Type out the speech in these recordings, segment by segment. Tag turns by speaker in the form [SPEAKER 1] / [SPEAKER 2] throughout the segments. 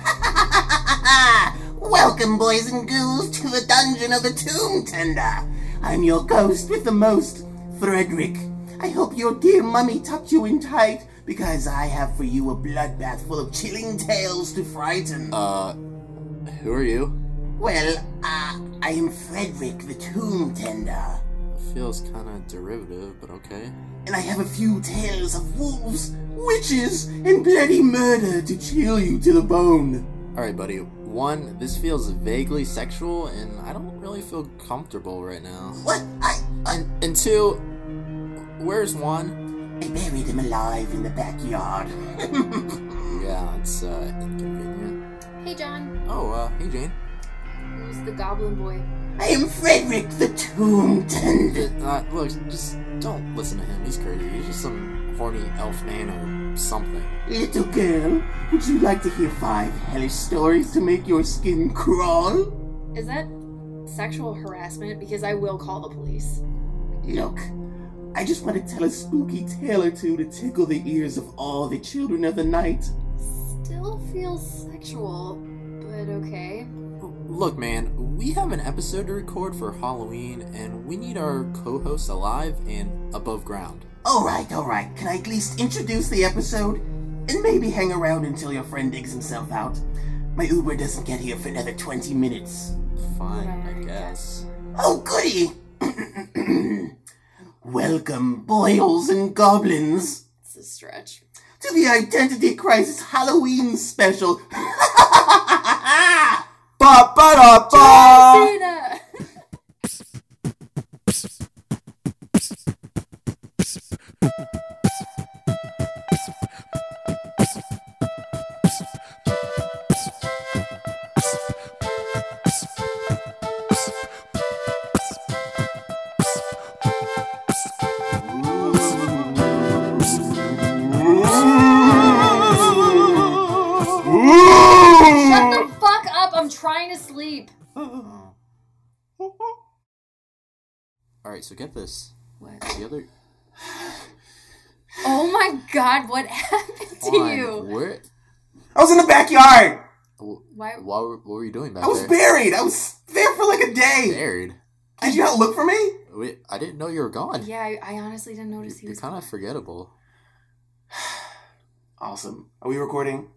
[SPEAKER 1] ha! Ah, Welcome, boys and ghouls, to the dungeon of the tomb tender. I'm your ghost with the most, Frederick. I hope your dear mummy tucked you in tight, because I have for you a bloodbath full of chilling tales to frighten.
[SPEAKER 2] Uh, who are you?
[SPEAKER 1] Well, uh, I am Frederick the Tomb Tender,
[SPEAKER 2] Feels kind of derivative, but okay.
[SPEAKER 1] and I have a few tales of wolves, witches, and bloody murder to chill you to the bone.
[SPEAKER 2] Alright, buddy. One, this feels vaguely sexual, and I don't really feel comfortable right now.
[SPEAKER 1] What? I, I,
[SPEAKER 2] And, and two, where's Juan?
[SPEAKER 1] I buried him alive in the backyard.
[SPEAKER 2] Yeah, it's, uh, inconvenient.
[SPEAKER 3] Hey, John.
[SPEAKER 2] Oh, uh, hey, Jane.
[SPEAKER 3] Who's the goblin boy?
[SPEAKER 1] I am Frederick the Tomb Tender.
[SPEAKER 2] Uh, look, just don't listen to him. He's crazy. He's just some horny elf man or something.
[SPEAKER 1] Little girl, would you like to hear five hellish stories to make your skin crawl?
[SPEAKER 3] Is that sexual harassment? Because I will call the police.
[SPEAKER 1] Look, I just want to tell a spooky tale or two to tickle the ears of all the children of the night.
[SPEAKER 3] Still feels sexual, but okay.
[SPEAKER 2] Look, man, we have an episode to record for Halloween, and we need our co hosts alive and above ground.
[SPEAKER 1] Alright, alright, can I at least introduce the episode? And maybe hang around until your friend digs himself out. My Uber doesn't get here for another 20 minutes.
[SPEAKER 2] Fine, I
[SPEAKER 3] Right.
[SPEAKER 2] guess.
[SPEAKER 1] Oh, goody! Welcome, boils and goblins,
[SPEAKER 3] It's a stretch.
[SPEAKER 1] to the Identity Crisis Halloween special.
[SPEAKER 2] Ba ba da ba!
[SPEAKER 3] Cena! Shut the fuck up! I'm trying to sleep.
[SPEAKER 2] Alright, so get this.
[SPEAKER 3] What?
[SPEAKER 2] The other.
[SPEAKER 3] Oh my god, what happened to
[SPEAKER 2] Juan,
[SPEAKER 3] you?
[SPEAKER 2] Where?
[SPEAKER 1] I was in the backyard!
[SPEAKER 2] wh-
[SPEAKER 3] Why?
[SPEAKER 2] What were, what were you doing back
[SPEAKER 1] I was
[SPEAKER 2] there?
[SPEAKER 1] buried! I was there for like a day!
[SPEAKER 2] Buried.
[SPEAKER 1] Did you not look for me?
[SPEAKER 2] Wait, I didn't know you were gone.
[SPEAKER 3] Yeah, I, I honestly didn't notice he
[SPEAKER 2] You're
[SPEAKER 3] was.
[SPEAKER 2] kind of forgettable.
[SPEAKER 1] Awesome. Are we recording?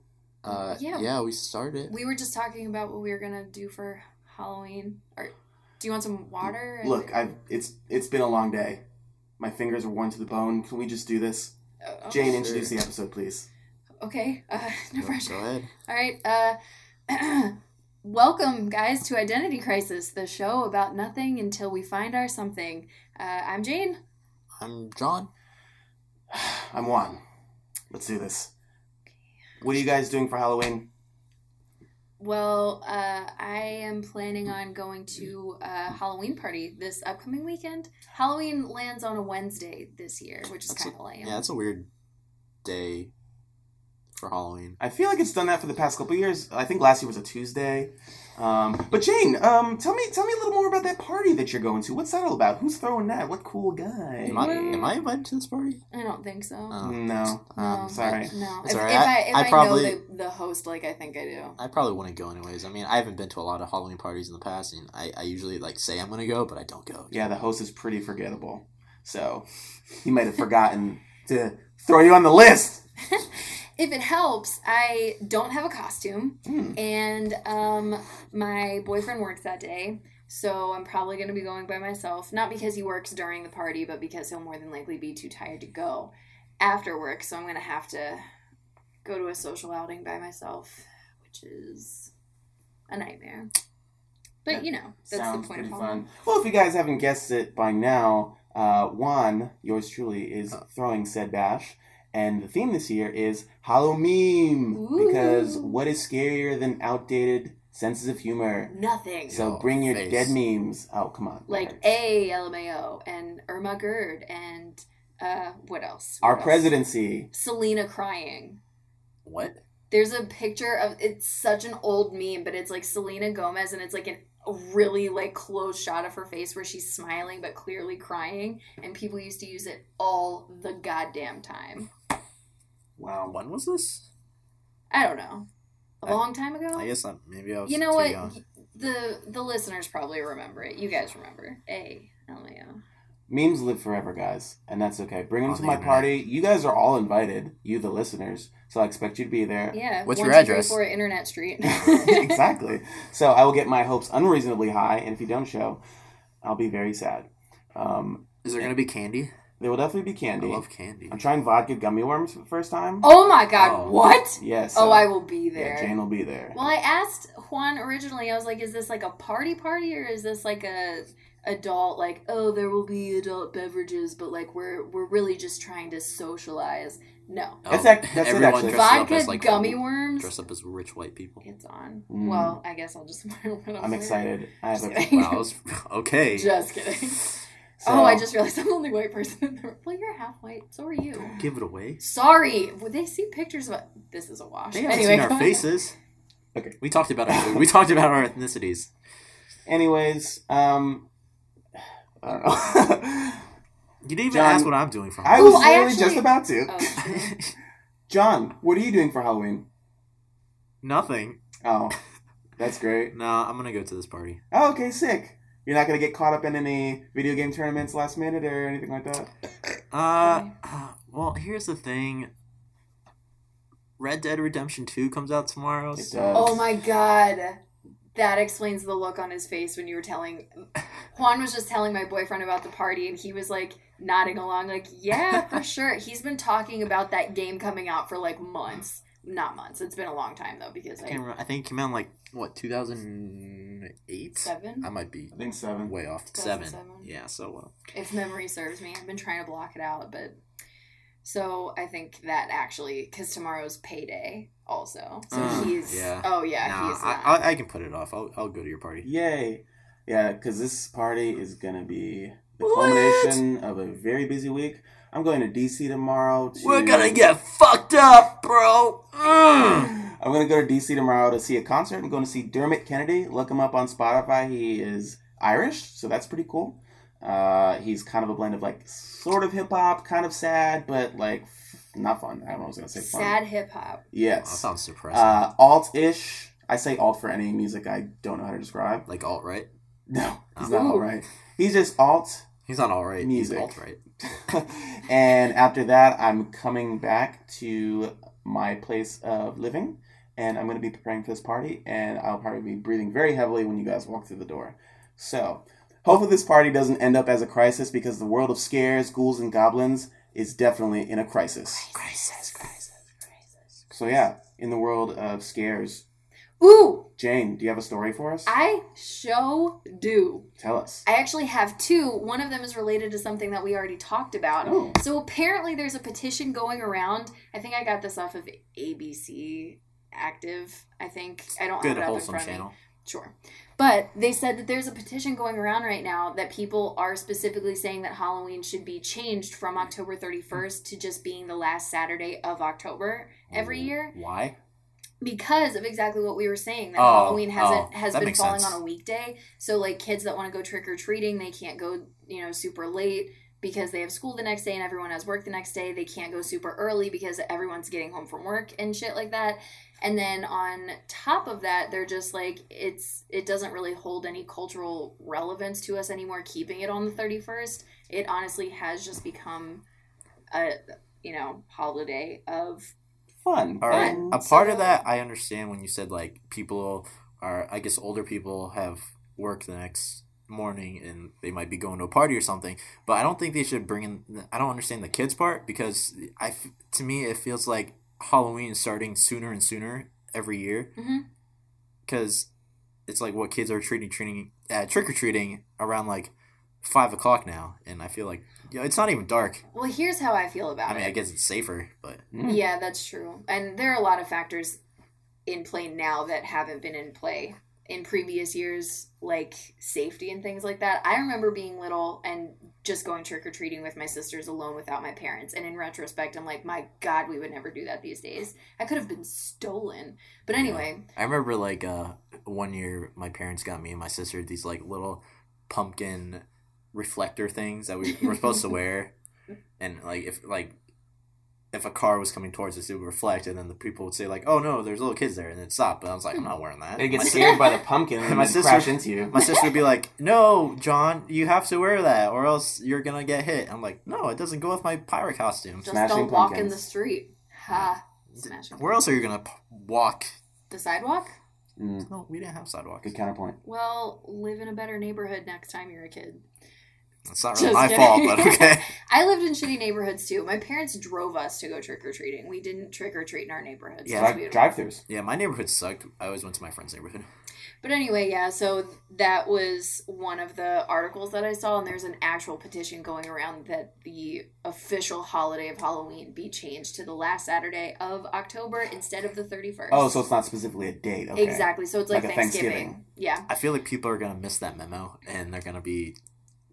[SPEAKER 2] Uh,
[SPEAKER 3] Yeah.
[SPEAKER 2] yeah. we started.
[SPEAKER 3] We were just talking about what we were gonna do for Halloween. Or do you want some water? and-
[SPEAKER 1] Look, I've it's it's been a long day. My fingers are worn to the bone. Can we just do this?
[SPEAKER 3] Oh, oh,
[SPEAKER 1] Jane,
[SPEAKER 3] sure.
[SPEAKER 1] introduce the episode, please.
[SPEAKER 3] Okay. Uh, no
[SPEAKER 2] Go-
[SPEAKER 3] pressure.
[SPEAKER 2] Go ahead.
[SPEAKER 3] All right. Uh, welcome, guys, to Identity Crisis, the show about nothing until we find our something. Uh, I'm Jane.
[SPEAKER 2] I'm John.
[SPEAKER 1] I'm Juan. Let's do this. What are you guys doing for Halloween?
[SPEAKER 3] Well, uh, I am planning on going to a Halloween party this upcoming weekend. Halloween lands on a Wednesday this year, which is
[SPEAKER 2] That's
[SPEAKER 3] kind of lame.
[SPEAKER 2] Yeah, it's a weird day for Halloween.
[SPEAKER 1] I feel like it's done that for the past couple years. I think last year was a Tuesday. Um, but Jane, um, tell me tell me a little more about that party that you're going to. What's that all about? Who's throwing that? What cool guy?
[SPEAKER 2] Am I, am I invited to this party?
[SPEAKER 3] I don't think so.
[SPEAKER 2] Oh.
[SPEAKER 1] No.
[SPEAKER 3] no,
[SPEAKER 2] Um,
[SPEAKER 1] sorry.
[SPEAKER 3] No.
[SPEAKER 2] It's
[SPEAKER 3] if,
[SPEAKER 2] all right.
[SPEAKER 3] if I, if
[SPEAKER 2] I
[SPEAKER 3] I,
[SPEAKER 2] probably-
[SPEAKER 3] know the, the host like I think I do.
[SPEAKER 2] I probably wouldn't go anyways. I mean, I haven't been to a lot of Halloween parties in the past, and I, I usually like say I'm gonna go, but I don't go.
[SPEAKER 1] Yeah, the host is pretty forgettable. So he might have forgotten to throw you on the list.
[SPEAKER 3] If it helps, I don't have a costume.
[SPEAKER 1] Hmm.
[SPEAKER 3] And um, my boyfriend works that day, so I'm probably going to be going by myself. Not because he works during the party, but because he'll more than likely be too tired to go after work. So I'm going to have to go to a social outing by myself, which is a nightmare. But you know, that's the point of Halloween.
[SPEAKER 1] Well, if you guys haven't guessed it by now, uh, Juan, yours truly, is
[SPEAKER 2] Oh.
[SPEAKER 1] throwing said bash. And the theme this year is Halloween. Because
[SPEAKER 3] Ooh.
[SPEAKER 1] what is scarier than outdated senses of humor?
[SPEAKER 3] Nothing
[SPEAKER 1] So
[SPEAKER 2] Your
[SPEAKER 1] bring your
[SPEAKER 2] face.
[SPEAKER 1] dead memes. Oh, come on.
[SPEAKER 3] like a LMAO and Irma Gerd and uh, what else?
[SPEAKER 1] Our
[SPEAKER 3] What else?
[SPEAKER 1] presidency.
[SPEAKER 3] Selena crying.
[SPEAKER 2] What?
[SPEAKER 3] There's a picture of it's such an old meme, but it's like Selena Gomez, and it's like an, a really like close shot of her face where she's smiling but clearly crying, and people used to use it all the goddamn time.
[SPEAKER 1] Wow.
[SPEAKER 2] When was this?
[SPEAKER 3] I don't know, a A long time ago.
[SPEAKER 2] I guess I, maybe I was.
[SPEAKER 3] you know
[SPEAKER 2] too
[SPEAKER 3] what?
[SPEAKER 2] young.
[SPEAKER 3] The the listeners probably remember it. You guys remember? A LMAO.
[SPEAKER 1] Memes live forever, guys, and that's okay. Bring them
[SPEAKER 2] On
[SPEAKER 1] to
[SPEAKER 2] the
[SPEAKER 1] my
[SPEAKER 2] internet.
[SPEAKER 1] party. You guys are all invited, you the listeners. So I expect you to be there.
[SPEAKER 3] Yeah.
[SPEAKER 2] What's
[SPEAKER 3] one,
[SPEAKER 2] your
[SPEAKER 3] two, three,
[SPEAKER 2] address?
[SPEAKER 3] four, Internet Street.
[SPEAKER 1] exactly. So I will get my hopes unreasonably high, and if you don't show, I'll be very sad. Um,
[SPEAKER 2] Is there gonna be candy?
[SPEAKER 1] there will definitely be
[SPEAKER 2] I
[SPEAKER 1] candy.
[SPEAKER 2] love candy.
[SPEAKER 1] I'm trying vodka gummy worms for the first time.
[SPEAKER 3] Oh my God!
[SPEAKER 2] Oh.
[SPEAKER 3] What?
[SPEAKER 1] Yes.
[SPEAKER 3] oh, I will be
[SPEAKER 1] Yeah,
[SPEAKER 3] there.
[SPEAKER 1] Jane will be there.
[SPEAKER 3] well, I asked Juan originally. I was like, "Is this like a party party, or is this like a adult? Like, oh, there will be adult beverages, but like we're we're really just trying to socialize." No,
[SPEAKER 2] Oh,
[SPEAKER 1] That's act- that's it,
[SPEAKER 2] everyone
[SPEAKER 1] actually.
[SPEAKER 2] dresses up
[SPEAKER 3] vodka
[SPEAKER 2] as, like, um,
[SPEAKER 3] gummy worms.
[SPEAKER 2] Dress up as rich white people.
[SPEAKER 3] It's on.
[SPEAKER 1] Mm.
[SPEAKER 3] Well, I guess I'll just wear what I'm,
[SPEAKER 1] I'm
[SPEAKER 3] wearing.
[SPEAKER 1] excited. I have
[SPEAKER 3] Just
[SPEAKER 1] a,
[SPEAKER 3] kidding.
[SPEAKER 2] Wow. I was- okay.
[SPEAKER 3] Just kidding.
[SPEAKER 1] so,
[SPEAKER 3] Oh, I just realized I'm the only white person in the room. Well, you're half white. So are you.
[SPEAKER 2] Give it away.
[SPEAKER 3] Sorry. Well, they see pictures of this is a wash.
[SPEAKER 2] They haven't
[SPEAKER 3] anyway,
[SPEAKER 2] seen
[SPEAKER 3] go
[SPEAKER 2] our
[SPEAKER 3] ahead.
[SPEAKER 2] faces.
[SPEAKER 1] Okay.
[SPEAKER 2] We talked about our we talked about our ethnicities.
[SPEAKER 1] Anyways, um, I don't know.
[SPEAKER 2] You didn't even
[SPEAKER 1] John,
[SPEAKER 2] ask what I'm doing for.
[SPEAKER 1] I
[SPEAKER 3] Ooh,
[SPEAKER 1] was
[SPEAKER 2] Halloween.
[SPEAKER 3] I
[SPEAKER 1] literally
[SPEAKER 3] actually-
[SPEAKER 1] just about to.
[SPEAKER 3] Oh, shoot.
[SPEAKER 1] John, what are you doing for Halloween?
[SPEAKER 2] Nothing.
[SPEAKER 1] Oh, that's great.
[SPEAKER 2] No, I'm gonna go to this party.
[SPEAKER 1] Oh, okay, sick. You're not gonna get caught up in any video game tournaments last minute or anything like that.
[SPEAKER 2] Uh, uh, well, here's the thing. Red Dead Redemption Two comes out tomorrow.
[SPEAKER 1] It
[SPEAKER 2] so-
[SPEAKER 1] does.
[SPEAKER 3] oh my god. That explains the look on his face when you were telling Juan was just telling my boyfriend about the party and he was like nodding along like, "Yeah, for sure." He's been talking about that game coming out for like months. Not months. It's been a long time though because
[SPEAKER 2] I, can't
[SPEAKER 3] like
[SPEAKER 2] remember- I think it came out in like what 2008.
[SPEAKER 3] seven.
[SPEAKER 2] I might be
[SPEAKER 1] I think seven.
[SPEAKER 2] way off. Seven.
[SPEAKER 3] 2007.
[SPEAKER 2] Yeah. So uh, well.
[SPEAKER 3] if memory serves me. I've been trying to block it out, but so I think that actually because tomorrow's payday also, so
[SPEAKER 2] Uh,
[SPEAKER 3] he's
[SPEAKER 2] yeah.
[SPEAKER 3] oh yeah,
[SPEAKER 2] nah,
[SPEAKER 3] he's
[SPEAKER 2] I,
[SPEAKER 3] not.
[SPEAKER 2] I, I can put it off. I'll, I'll go to your party.
[SPEAKER 1] Yay! Yeah, because this party is gonna be the
[SPEAKER 2] What?
[SPEAKER 1] culmination of a very busy week. I'm going to DC tomorrow. To,
[SPEAKER 2] We're gonna get fucked up, bro. Mm.
[SPEAKER 1] I'm gonna go to DC tomorrow to see a concert. I'm going to see Dermot Kennedy. Look him up on Spotify. He is Irish, so that's pretty cool. Uh, he's kind of a blend of like sort of hip hop, kind of sad, but like f- not fun. I don't know what I was gonna say. Fun.
[SPEAKER 3] Sad hip
[SPEAKER 2] That
[SPEAKER 3] hop.
[SPEAKER 1] Yes.
[SPEAKER 2] sounds depressing.
[SPEAKER 1] Uh, alt ish. I say alt for any music I don't know how to describe.
[SPEAKER 2] like alt right.
[SPEAKER 1] No, he's
[SPEAKER 2] Oh.
[SPEAKER 1] not alt right. He's just alt.
[SPEAKER 2] He's not all right.
[SPEAKER 1] Music.
[SPEAKER 2] He's alt right.
[SPEAKER 1] and after that, I'm coming back to my place of living, and I'm going to be preparing for this party, and I'll probably be breathing very heavily when you guys walk through the door. So, hopefully, this party doesn't end up as a crisis because the world of scares, ghouls, and goblins is definitely in a crisis.
[SPEAKER 2] Crisis, crisis, crisis.
[SPEAKER 1] So, yeah, in the world of scares,
[SPEAKER 3] Ooh,
[SPEAKER 1] Jane, do you have a story for us?
[SPEAKER 3] I show do.
[SPEAKER 1] Tell us.
[SPEAKER 3] I actually have two. One of them is related to something that we already talked about.
[SPEAKER 1] Oh.
[SPEAKER 3] So apparently, there's a petition going around. I think I got this off of ABC Active. I think I don't
[SPEAKER 2] Good
[SPEAKER 3] have it up in
[SPEAKER 2] wholesome
[SPEAKER 3] front of me.
[SPEAKER 2] channel.
[SPEAKER 3] Sure. But they said that there's a petition going around right now that people are specifically saying that Halloween should be changed from October 31st to just being the last Saturday of October every
[SPEAKER 2] Ooh,
[SPEAKER 3] year
[SPEAKER 2] Why?
[SPEAKER 3] because of exactly what we were saying that
[SPEAKER 2] Oh,
[SPEAKER 3] Halloween hasn't
[SPEAKER 2] oh,
[SPEAKER 3] has
[SPEAKER 2] that
[SPEAKER 3] been
[SPEAKER 2] makes
[SPEAKER 3] falling
[SPEAKER 2] sense.
[SPEAKER 3] on a weekday. So like kids that want to go trick or treating, they can't go, you know, super late because they have school the next day and everyone has work the next day. They can't go super early because everyone's getting home from work and shit like that. And then on top of that, they're just like it's it doesn't really hold any cultural relevance to us anymore keeping it on the 31st. It honestly has just become a you know, holiday of
[SPEAKER 1] Fun.
[SPEAKER 2] All right.
[SPEAKER 1] Fun.
[SPEAKER 2] A part of
[SPEAKER 3] So-
[SPEAKER 2] that, I understand when you said like people are, I guess older people have work the next morning and they might be going to a party or something. But I don't think they should bring in. I don't understand the kids part because I, f- to me, it feels like Halloween is starting sooner and sooner every year
[SPEAKER 3] Mhm.
[SPEAKER 2] because it's like what kids are treating, treating, uh, trick or treating around like five o'clock now, and I feel like you know, it's not even dark.
[SPEAKER 3] Well, here's how I feel about
[SPEAKER 2] I mean,
[SPEAKER 3] it.
[SPEAKER 2] I guess it's safer, but
[SPEAKER 1] Mm.
[SPEAKER 3] Yeah, that's true. And there are a lot of factors in play now that haven't been in play in previous years, like safety and things like that. I remember being little and just going trick or treating with my sisters alone without my parents. And in retrospect, I'm like, my God, we would never do that these days. I could have been stolen. But
[SPEAKER 2] Yeah.
[SPEAKER 3] anyway,
[SPEAKER 2] I remember like uh one year my parents got me and my sister these like little pumpkin reflector things that we were supposed to wear and like if like if a car was coming towards us, it would reflect, and then the people would say like, "Oh no, there's little kids there," and it stopped. But I was like, "I'm not wearing that."
[SPEAKER 1] They get
[SPEAKER 2] My-
[SPEAKER 1] scared by the pumpkin and
[SPEAKER 2] My
[SPEAKER 1] then
[SPEAKER 2] sister-
[SPEAKER 1] crash into you.
[SPEAKER 2] My sister would be like, "No, John, you have to wear that, or else you're gonna get hit." I'm like, "No, it doesn't go with my pirate costume.
[SPEAKER 3] Just
[SPEAKER 1] Smashing
[SPEAKER 3] don't walk in
[SPEAKER 1] pumpkins.
[SPEAKER 3] the street. Ha. Smashing.
[SPEAKER 2] Where else are you gonna p- walk?"
[SPEAKER 3] The sidewalk?
[SPEAKER 1] Mm,
[SPEAKER 2] No, we didn't have sidewalks.
[SPEAKER 1] good counterpoint.
[SPEAKER 3] Well, live in a better neighborhood next time you're a kid.
[SPEAKER 2] It's not really
[SPEAKER 3] Just
[SPEAKER 2] my
[SPEAKER 3] kidding.
[SPEAKER 2] fault, but okay.
[SPEAKER 3] I lived in shitty neighborhoods too. My parents drove us to go trick or treating. We didn't trick or treat in our neighborhoods.
[SPEAKER 2] Yeah.
[SPEAKER 3] That's
[SPEAKER 1] Drive,
[SPEAKER 3] weird.
[SPEAKER 1] drive-throughs.
[SPEAKER 2] Yeah, my neighborhood sucked. I always went to my friend's neighborhood.
[SPEAKER 3] But anyway, yeah, so that was one of the articles that I saw, and there's an actual petition going around that the official holiday of Halloween be changed to the last Saturday of October instead of the 31st.
[SPEAKER 1] Oh, so it's not specifically a date. Okay.
[SPEAKER 3] Exactly. So it's like,
[SPEAKER 1] Like a
[SPEAKER 3] Thanksgiving.
[SPEAKER 1] Thanksgiving.
[SPEAKER 3] Yeah.
[SPEAKER 2] I feel like people are gonna miss that memo, and they're gonna be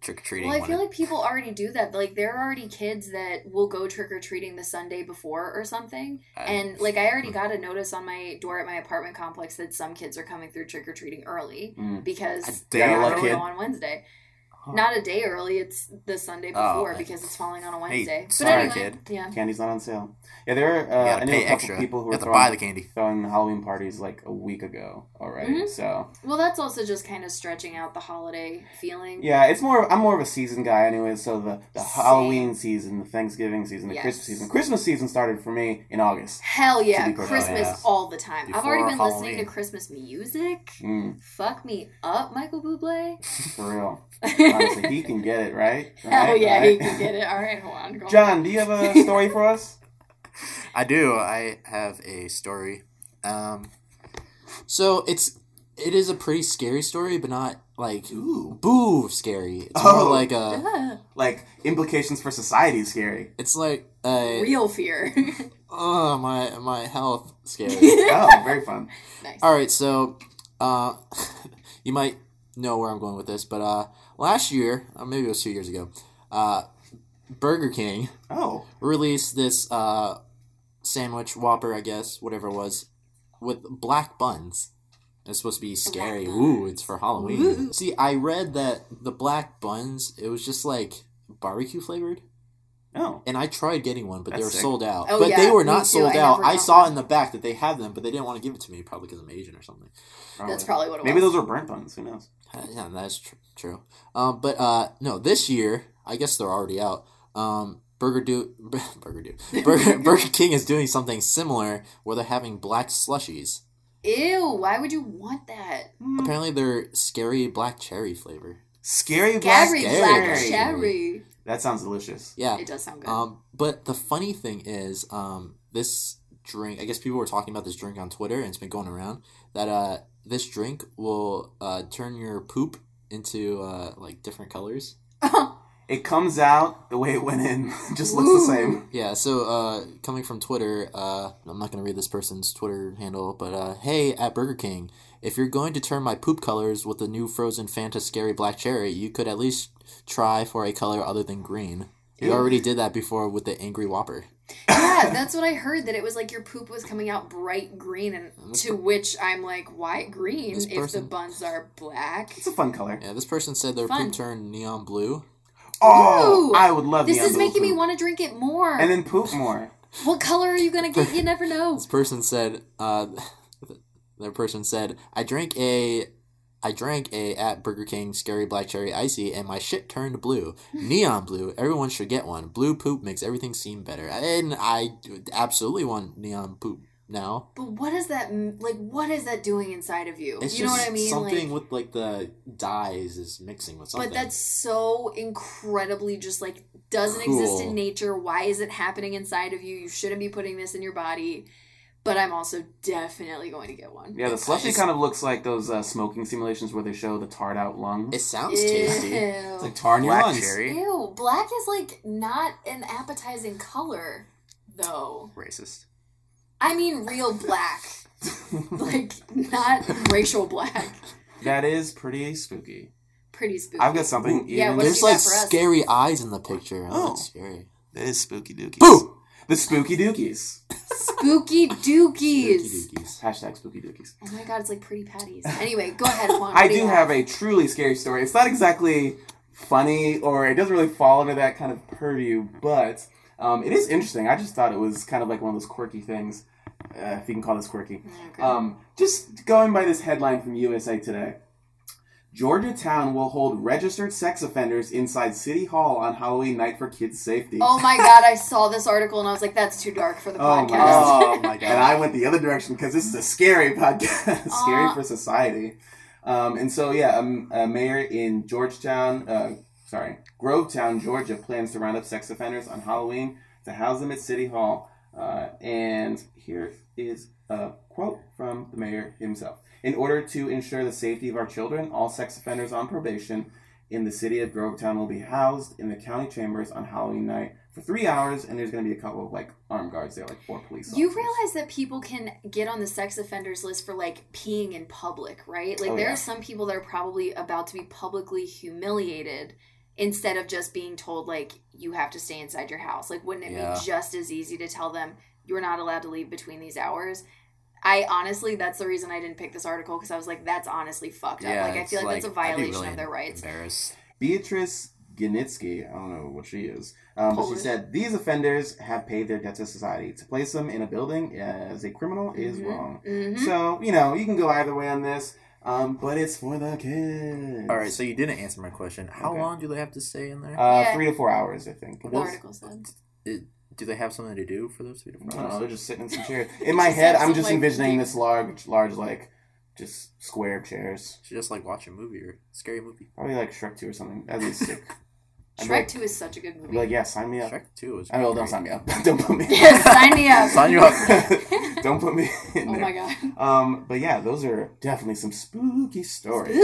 [SPEAKER 2] trick or treating.
[SPEAKER 3] Well, I feel like people already do that. Like, there are already kids that will go trick or treating the Sunday before or something. And, like, I already got a notice on my door at my apartment complex that some kids are coming through trick or treating early
[SPEAKER 1] Mm.
[SPEAKER 3] because
[SPEAKER 2] A day
[SPEAKER 3] they're
[SPEAKER 1] early
[SPEAKER 3] not going
[SPEAKER 1] kid?
[SPEAKER 3] on Wednesday.
[SPEAKER 1] Huh.
[SPEAKER 3] Not a day early, it's the Sunday
[SPEAKER 2] Oh,
[SPEAKER 3] before
[SPEAKER 2] okay.
[SPEAKER 3] because it's falling on a
[SPEAKER 2] Hey,
[SPEAKER 3] Wednesday.
[SPEAKER 2] sorry,
[SPEAKER 3] but anyway,
[SPEAKER 2] kid.
[SPEAKER 3] yeah.
[SPEAKER 1] Candy's not on sale. Yeah, there are.
[SPEAKER 2] You
[SPEAKER 1] Uh, I
[SPEAKER 2] gotta
[SPEAKER 1] knew a
[SPEAKER 2] pay
[SPEAKER 1] couple
[SPEAKER 2] extra.
[SPEAKER 1] people who
[SPEAKER 2] You
[SPEAKER 1] were
[SPEAKER 2] have to buy the
[SPEAKER 1] throwing,
[SPEAKER 2] candy.
[SPEAKER 1] throwing Halloween parties like a week ago already.
[SPEAKER 3] Mhm.
[SPEAKER 1] So
[SPEAKER 3] Well, that's also just kind of stretching out the holiday feeling.
[SPEAKER 1] yeah, it's more. Of, I'm more of a season guy anyway. So the, the
[SPEAKER 3] Same.
[SPEAKER 1] Halloween season, the Thanksgiving season, the
[SPEAKER 3] Yes.
[SPEAKER 1] Christmas season. Christmas season started for me in August.
[SPEAKER 3] Hell yeah,
[SPEAKER 1] To be perfect.
[SPEAKER 3] Christmas
[SPEAKER 2] Yeah.
[SPEAKER 3] all the time. I've already
[SPEAKER 2] Before
[SPEAKER 3] been listening to
[SPEAKER 2] Halloween.
[SPEAKER 3] Christmas music.
[SPEAKER 1] Mm,
[SPEAKER 3] Fuck me up, Michael Bublé.
[SPEAKER 1] for real.
[SPEAKER 3] Hell
[SPEAKER 1] Honestly, he can get it right. Right?
[SPEAKER 3] Oh, yeah, he
[SPEAKER 1] Right?
[SPEAKER 3] can get it. All right, hold on. Go
[SPEAKER 1] John, do you have a story for us?
[SPEAKER 2] I do. I have a story. Um, so it's it is a pretty scary story, but not like
[SPEAKER 1] Ooh,
[SPEAKER 2] boo scary. It's
[SPEAKER 1] Oh.
[SPEAKER 2] more like a.
[SPEAKER 3] on.
[SPEAKER 1] like implications for society is scary.
[SPEAKER 2] It's like
[SPEAKER 3] Ah,
[SPEAKER 2] a.
[SPEAKER 3] real fear.
[SPEAKER 2] Oh my my health scary.
[SPEAKER 3] nice.
[SPEAKER 1] Oh, very fun.
[SPEAKER 2] All right, so uh, you might know where I'm going with this, but uh, last year, or maybe it was two years ago, uh, Burger King
[SPEAKER 1] Oh,
[SPEAKER 2] released this uh, sandwich Whopper, I guess, whatever it was, with black buns. It's supposed to be scary.
[SPEAKER 3] buns.
[SPEAKER 2] Ooh, it's for Halloween.
[SPEAKER 3] Ooh.
[SPEAKER 2] See, I read that the black buns, it was just like barbecue flavored,
[SPEAKER 1] oh,
[SPEAKER 2] and I tried getting one, but they
[SPEAKER 1] That's
[SPEAKER 2] were
[SPEAKER 1] sick.
[SPEAKER 2] sold out.
[SPEAKER 3] Oh,
[SPEAKER 2] but
[SPEAKER 3] yeah,
[SPEAKER 2] they were
[SPEAKER 3] me
[SPEAKER 2] not
[SPEAKER 3] too.
[SPEAKER 2] sold
[SPEAKER 3] I
[SPEAKER 2] out.
[SPEAKER 3] never
[SPEAKER 2] I
[SPEAKER 3] got
[SPEAKER 2] saw
[SPEAKER 3] one.
[SPEAKER 2] in the back that they had them, but they didn't want to give it to me, probably because I'm Asian or something.
[SPEAKER 1] probably.
[SPEAKER 3] That's
[SPEAKER 2] Um,
[SPEAKER 3] probably what it
[SPEAKER 1] Maybe
[SPEAKER 3] was.
[SPEAKER 1] those were burnt buns. Who knows?
[SPEAKER 2] Uh, Yeah, that's tr- true. Um, but uh, no, this year I guess they're already out. Um, Burger do Burger do Burger Burger King is doing something similar where they're having black slushies.
[SPEAKER 3] Ew, why would you want that?
[SPEAKER 2] Apparently, they're scary black cherry flavor.
[SPEAKER 1] Scary black
[SPEAKER 3] Gary
[SPEAKER 2] Scary.
[SPEAKER 3] Black
[SPEAKER 2] Scary.
[SPEAKER 3] Cherry.
[SPEAKER 1] That sounds delicious.
[SPEAKER 2] Yeah.
[SPEAKER 3] It does sound good.
[SPEAKER 2] Um, but the funny thing is, um, this drink. I guess people were talking about this drink on Twitter, and it's been going around that uh, this drink will uh, turn your poop into uh, like different colors.
[SPEAKER 1] It comes out the way it went in, just looks
[SPEAKER 3] Ooh.
[SPEAKER 1] the same.
[SPEAKER 2] Yeah, so uh, coming from Twitter, uh, I'm not going to read this person's Twitter handle, but uh, hey, at Burger King, if you're going to turn my poop colors with the new frozen Fanta Scary Black Cherry, you could at least try for a color other than green. You
[SPEAKER 1] Ew.
[SPEAKER 2] already did that before with the Angry Whopper.
[SPEAKER 3] yeah, that's what I heard. That it was like your poop was coming out bright green, and
[SPEAKER 2] this
[SPEAKER 3] to which I'm like, why green
[SPEAKER 2] this
[SPEAKER 3] if the
[SPEAKER 2] person-
[SPEAKER 3] buns are black?
[SPEAKER 1] It's a fun color.
[SPEAKER 2] Yeah, this person said their
[SPEAKER 3] Fun.
[SPEAKER 2] poop turned neon blue.
[SPEAKER 1] Oh,
[SPEAKER 3] Ooh.
[SPEAKER 1] I would love
[SPEAKER 3] This
[SPEAKER 1] neon
[SPEAKER 3] is
[SPEAKER 1] blue
[SPEAKER 3] making me
[SPEAKER 1] poop.
[SPEAKER 3] want to drink it more.
[SPEAKER 1] And then poop more.
[SPEAKER 3] what color are you gonna get? You never know.
[SPEAKER 2] This person said, uh, their person said, I drank a. I drank a at Burger King Scary Black Cherry Icy and my shit turned blue. Neon blue. Everyone should get one. Blue poop makes everything seem better. And I absolutely want neon poop now.
[SPEAKER 3] But what is that m- like? What is that doing inside of you?
[SPEAKER 2] It's
[SPEAKER 3] you know
[SPEAKER 2] just
[SPEAKER 3] what I mean?
[SPEAKER 2] something
[SPEAKER 3] like,
[SPEAKER 2] with like the dyes is mixing with something.
[SPEAKER 3] but that's so incredibly just like doesn't exist
[SPEAKER 2] Cool.
[SPEAKER 3] in nature. Why is it happening inside of you? You shouldn't be putting this in your body. But I'm also definitely going to get one.
[SPEAKER 1] Yeah, the slushy
[SPEAKER 2] It's-
[SPEAKER 1] kind of looks like those uh, smoking simulations where they show the tarred out lung.
[SPEAKER 2] it sounds tasty.
[SPEAKER 3] Ew.
[SPEAKER 2] It's like tar in your
[SPEAKER 1] Black
[SPEAKER 2] lungs.
[SPEAKER 1] cherry.
[SPEAKER 3] Ew, black is like not an appetizing color, though.
[SPEAKER 2] Racist.
[SPEAKER 3] I mean, real black, like not racial black.
[SPEAKER 1] that is pretty spooky.
[SPEAKER 3] Pretty spooky.
[SPEAKER 1] I've got something.
[SPEAKER 3] Yeah,
[SPEAKER 1] even-
[SPEAKER 3] what did
[SPEAKER 2] There's
[SPEAKER 3] you got
[SPEAKER 2] like
[SPEAKER 3] for us?
[SPEAKER 2] scary eyes in the picture. Oh,
[SPEAKER 1] Oh.
[SPEAKER 2] that's scary.
[SPEAKER 1] that is spooky dookies.
[SPEAKER 2] Boo!
[SPEAKER 1] The spooky dookies.
[SPEAKER 3] spooky dookies.
[SPEAKER 2] Dookie dookies.
[SPEAKER 1] Hashtag spooky dookies.
[SPEAKER 3] Oh my god, it's like pretty patties. Anyway, go ahead, Juan.
[SPEAKER 1] I
[SPEAKER 3] what
[SPEAKER 1] do
[SPEAKER 3] you
[SPEAKER 1] have a truly scary story. It's not exactly funny or it doesn't really fall into that kind of purview, but Um, it is interesting. I just thought it was kind of like one of those quirky things, uh, if you can call this quirky.
[SPEAKER 3] Okay.
[SPEAKER 1] Um, just going by this headline from USA Today Georgia Town will hold registered sex offenders inside City Hall on Halloween night for kids' safety.
[SPEAKER 3] oh my god, I saw this article and I was like, that's too dark for the
[SPEAKER 1] Oh my
[SPEAKER 3] podcast.
[SPEAKER 1] God.
[SPEAKER 2] Oh my
[SPEAKER 1] And
[SPEAKER 2] god.
[SPEAKER 1] I went the other direction because this is a scary podcast, scary
[SPEAKER 3] Aw.
[SPEAKER 1] for society. Um, and so, yeah, um, a mayor in Georgetown, uh, sorry, Grovetown, Georgia, plans to round up sex offenders on Halloween to house them at City Hall. Uh, and here is a quote from the mayor himself. In order to ensure the safety of our children, all sex offenders on probation in the city of Grovetown will be housed in the county chambers on Halloween night for three hours, and there's going to be a couple of like armed guards there, like four police officers.
[SPEAKER 3] You realize that people can get on the sex offenders list for like peeing in public, right? Like
[SPEAKER 1] Oh,
[SPEAKER 3] there
[SPEAKER 1] yeah.
[SPEAKER 3] are some people that are probably about to be publicly humiliated instead of just being told like you have to stay inside your house. Like wouldn't it
[SPEAKER 2] Yeah.
[SPEAKER 3] be just as easy to tell them you're not allowed to leave between these hours? I honestly, that's the reason I didn't pick this article because I was like, that's honestly fucked up. like I
[SPEAKER 2] it's
[SPEAKER 3] feel like, that's a
[SPEAKER 2] I'd be
[SPEAKER 3] violation
[SPEAKER 2] really
[SPEAKER 3] of their rights.
[SPEAKER 2] Embarrassed.
[SPEAKER 1] Beatrice Ganitsky, I don't know what she is, um, but she
[SPEAKER 3] Polish.
[SPEAKER 1] said these offenders have paid their debt to society. To place them in a building as a criminal is
[SPEAKER 3] Mhm.
[SPEAKER 1] wrong.
[SPEAKER 3] Mhm.
[SPEAKER 1] So you know you can go either way on this, um, but it's for the kids.
[SPEAKER 2] All right, so you didn't answer my question. How
[SPEAKER 1] Okay.
[SPEAKER 2] long do they have to stay in there?
[SPEAKER 1] uh,
[SPEAKER 3] Yeah.
[SPEAKER 1] three to four hours, I think.
[SPEAKER 3] The
[SPEAKER 1] Well,
[SPEAKER 3] article said.
[SPEAKER 2] do they have something to do for those three to
[SPEAKER 1] I
[SPEAKER 2] four
[SPEAKER 1] don't know,
[SPEAKER 2] hours?
[SPEAKER 1] they're just sitting in some chairs. In my
[SPEAKER 3] Just
[SPEAKER 1] head,
[SPEAKER 3] have
[SPEAKER 1] I'm
[SPEAKER 3] some,
[SPEAKER 1] just
[SPEAKER 3] like,
[SPEAKER 1] envisioning
[SPEAKER 3] deep-
[SPEAKER 1] this large, large like just square chairs,
[SPEAKER 2] Should just like watch a movie or scary movie.
[SPEAKER 1] probably like Shrek Two or something. That'd be sick. I'd be
[SPEAKER 3] Shrek
[SPEAKER 1] like,
[SPEAKER 3] Two is such a good
[SPEAKER 1] I'd
[SPEAKER 3] movie.
[SPEAKER 1] be like, yeah, sign me up.
[SPEAKER 2] Shrek Two is.
[SPEAKER 1] I know, don't
[SPEAKER 2] great.
[SPEAKER 1] sign me up. don't put me.
[SPEAKER 3] Sign me up.
[SPEAKER 2] Sign you
[SPEAKER 1] up. don't put me in
[SPEAKER 3] oh
[SPEAKER 1] there.
[SPEAKER 3] my god.
[SPEAKER 1] Um, but yeah, those are definitely some spooky stories.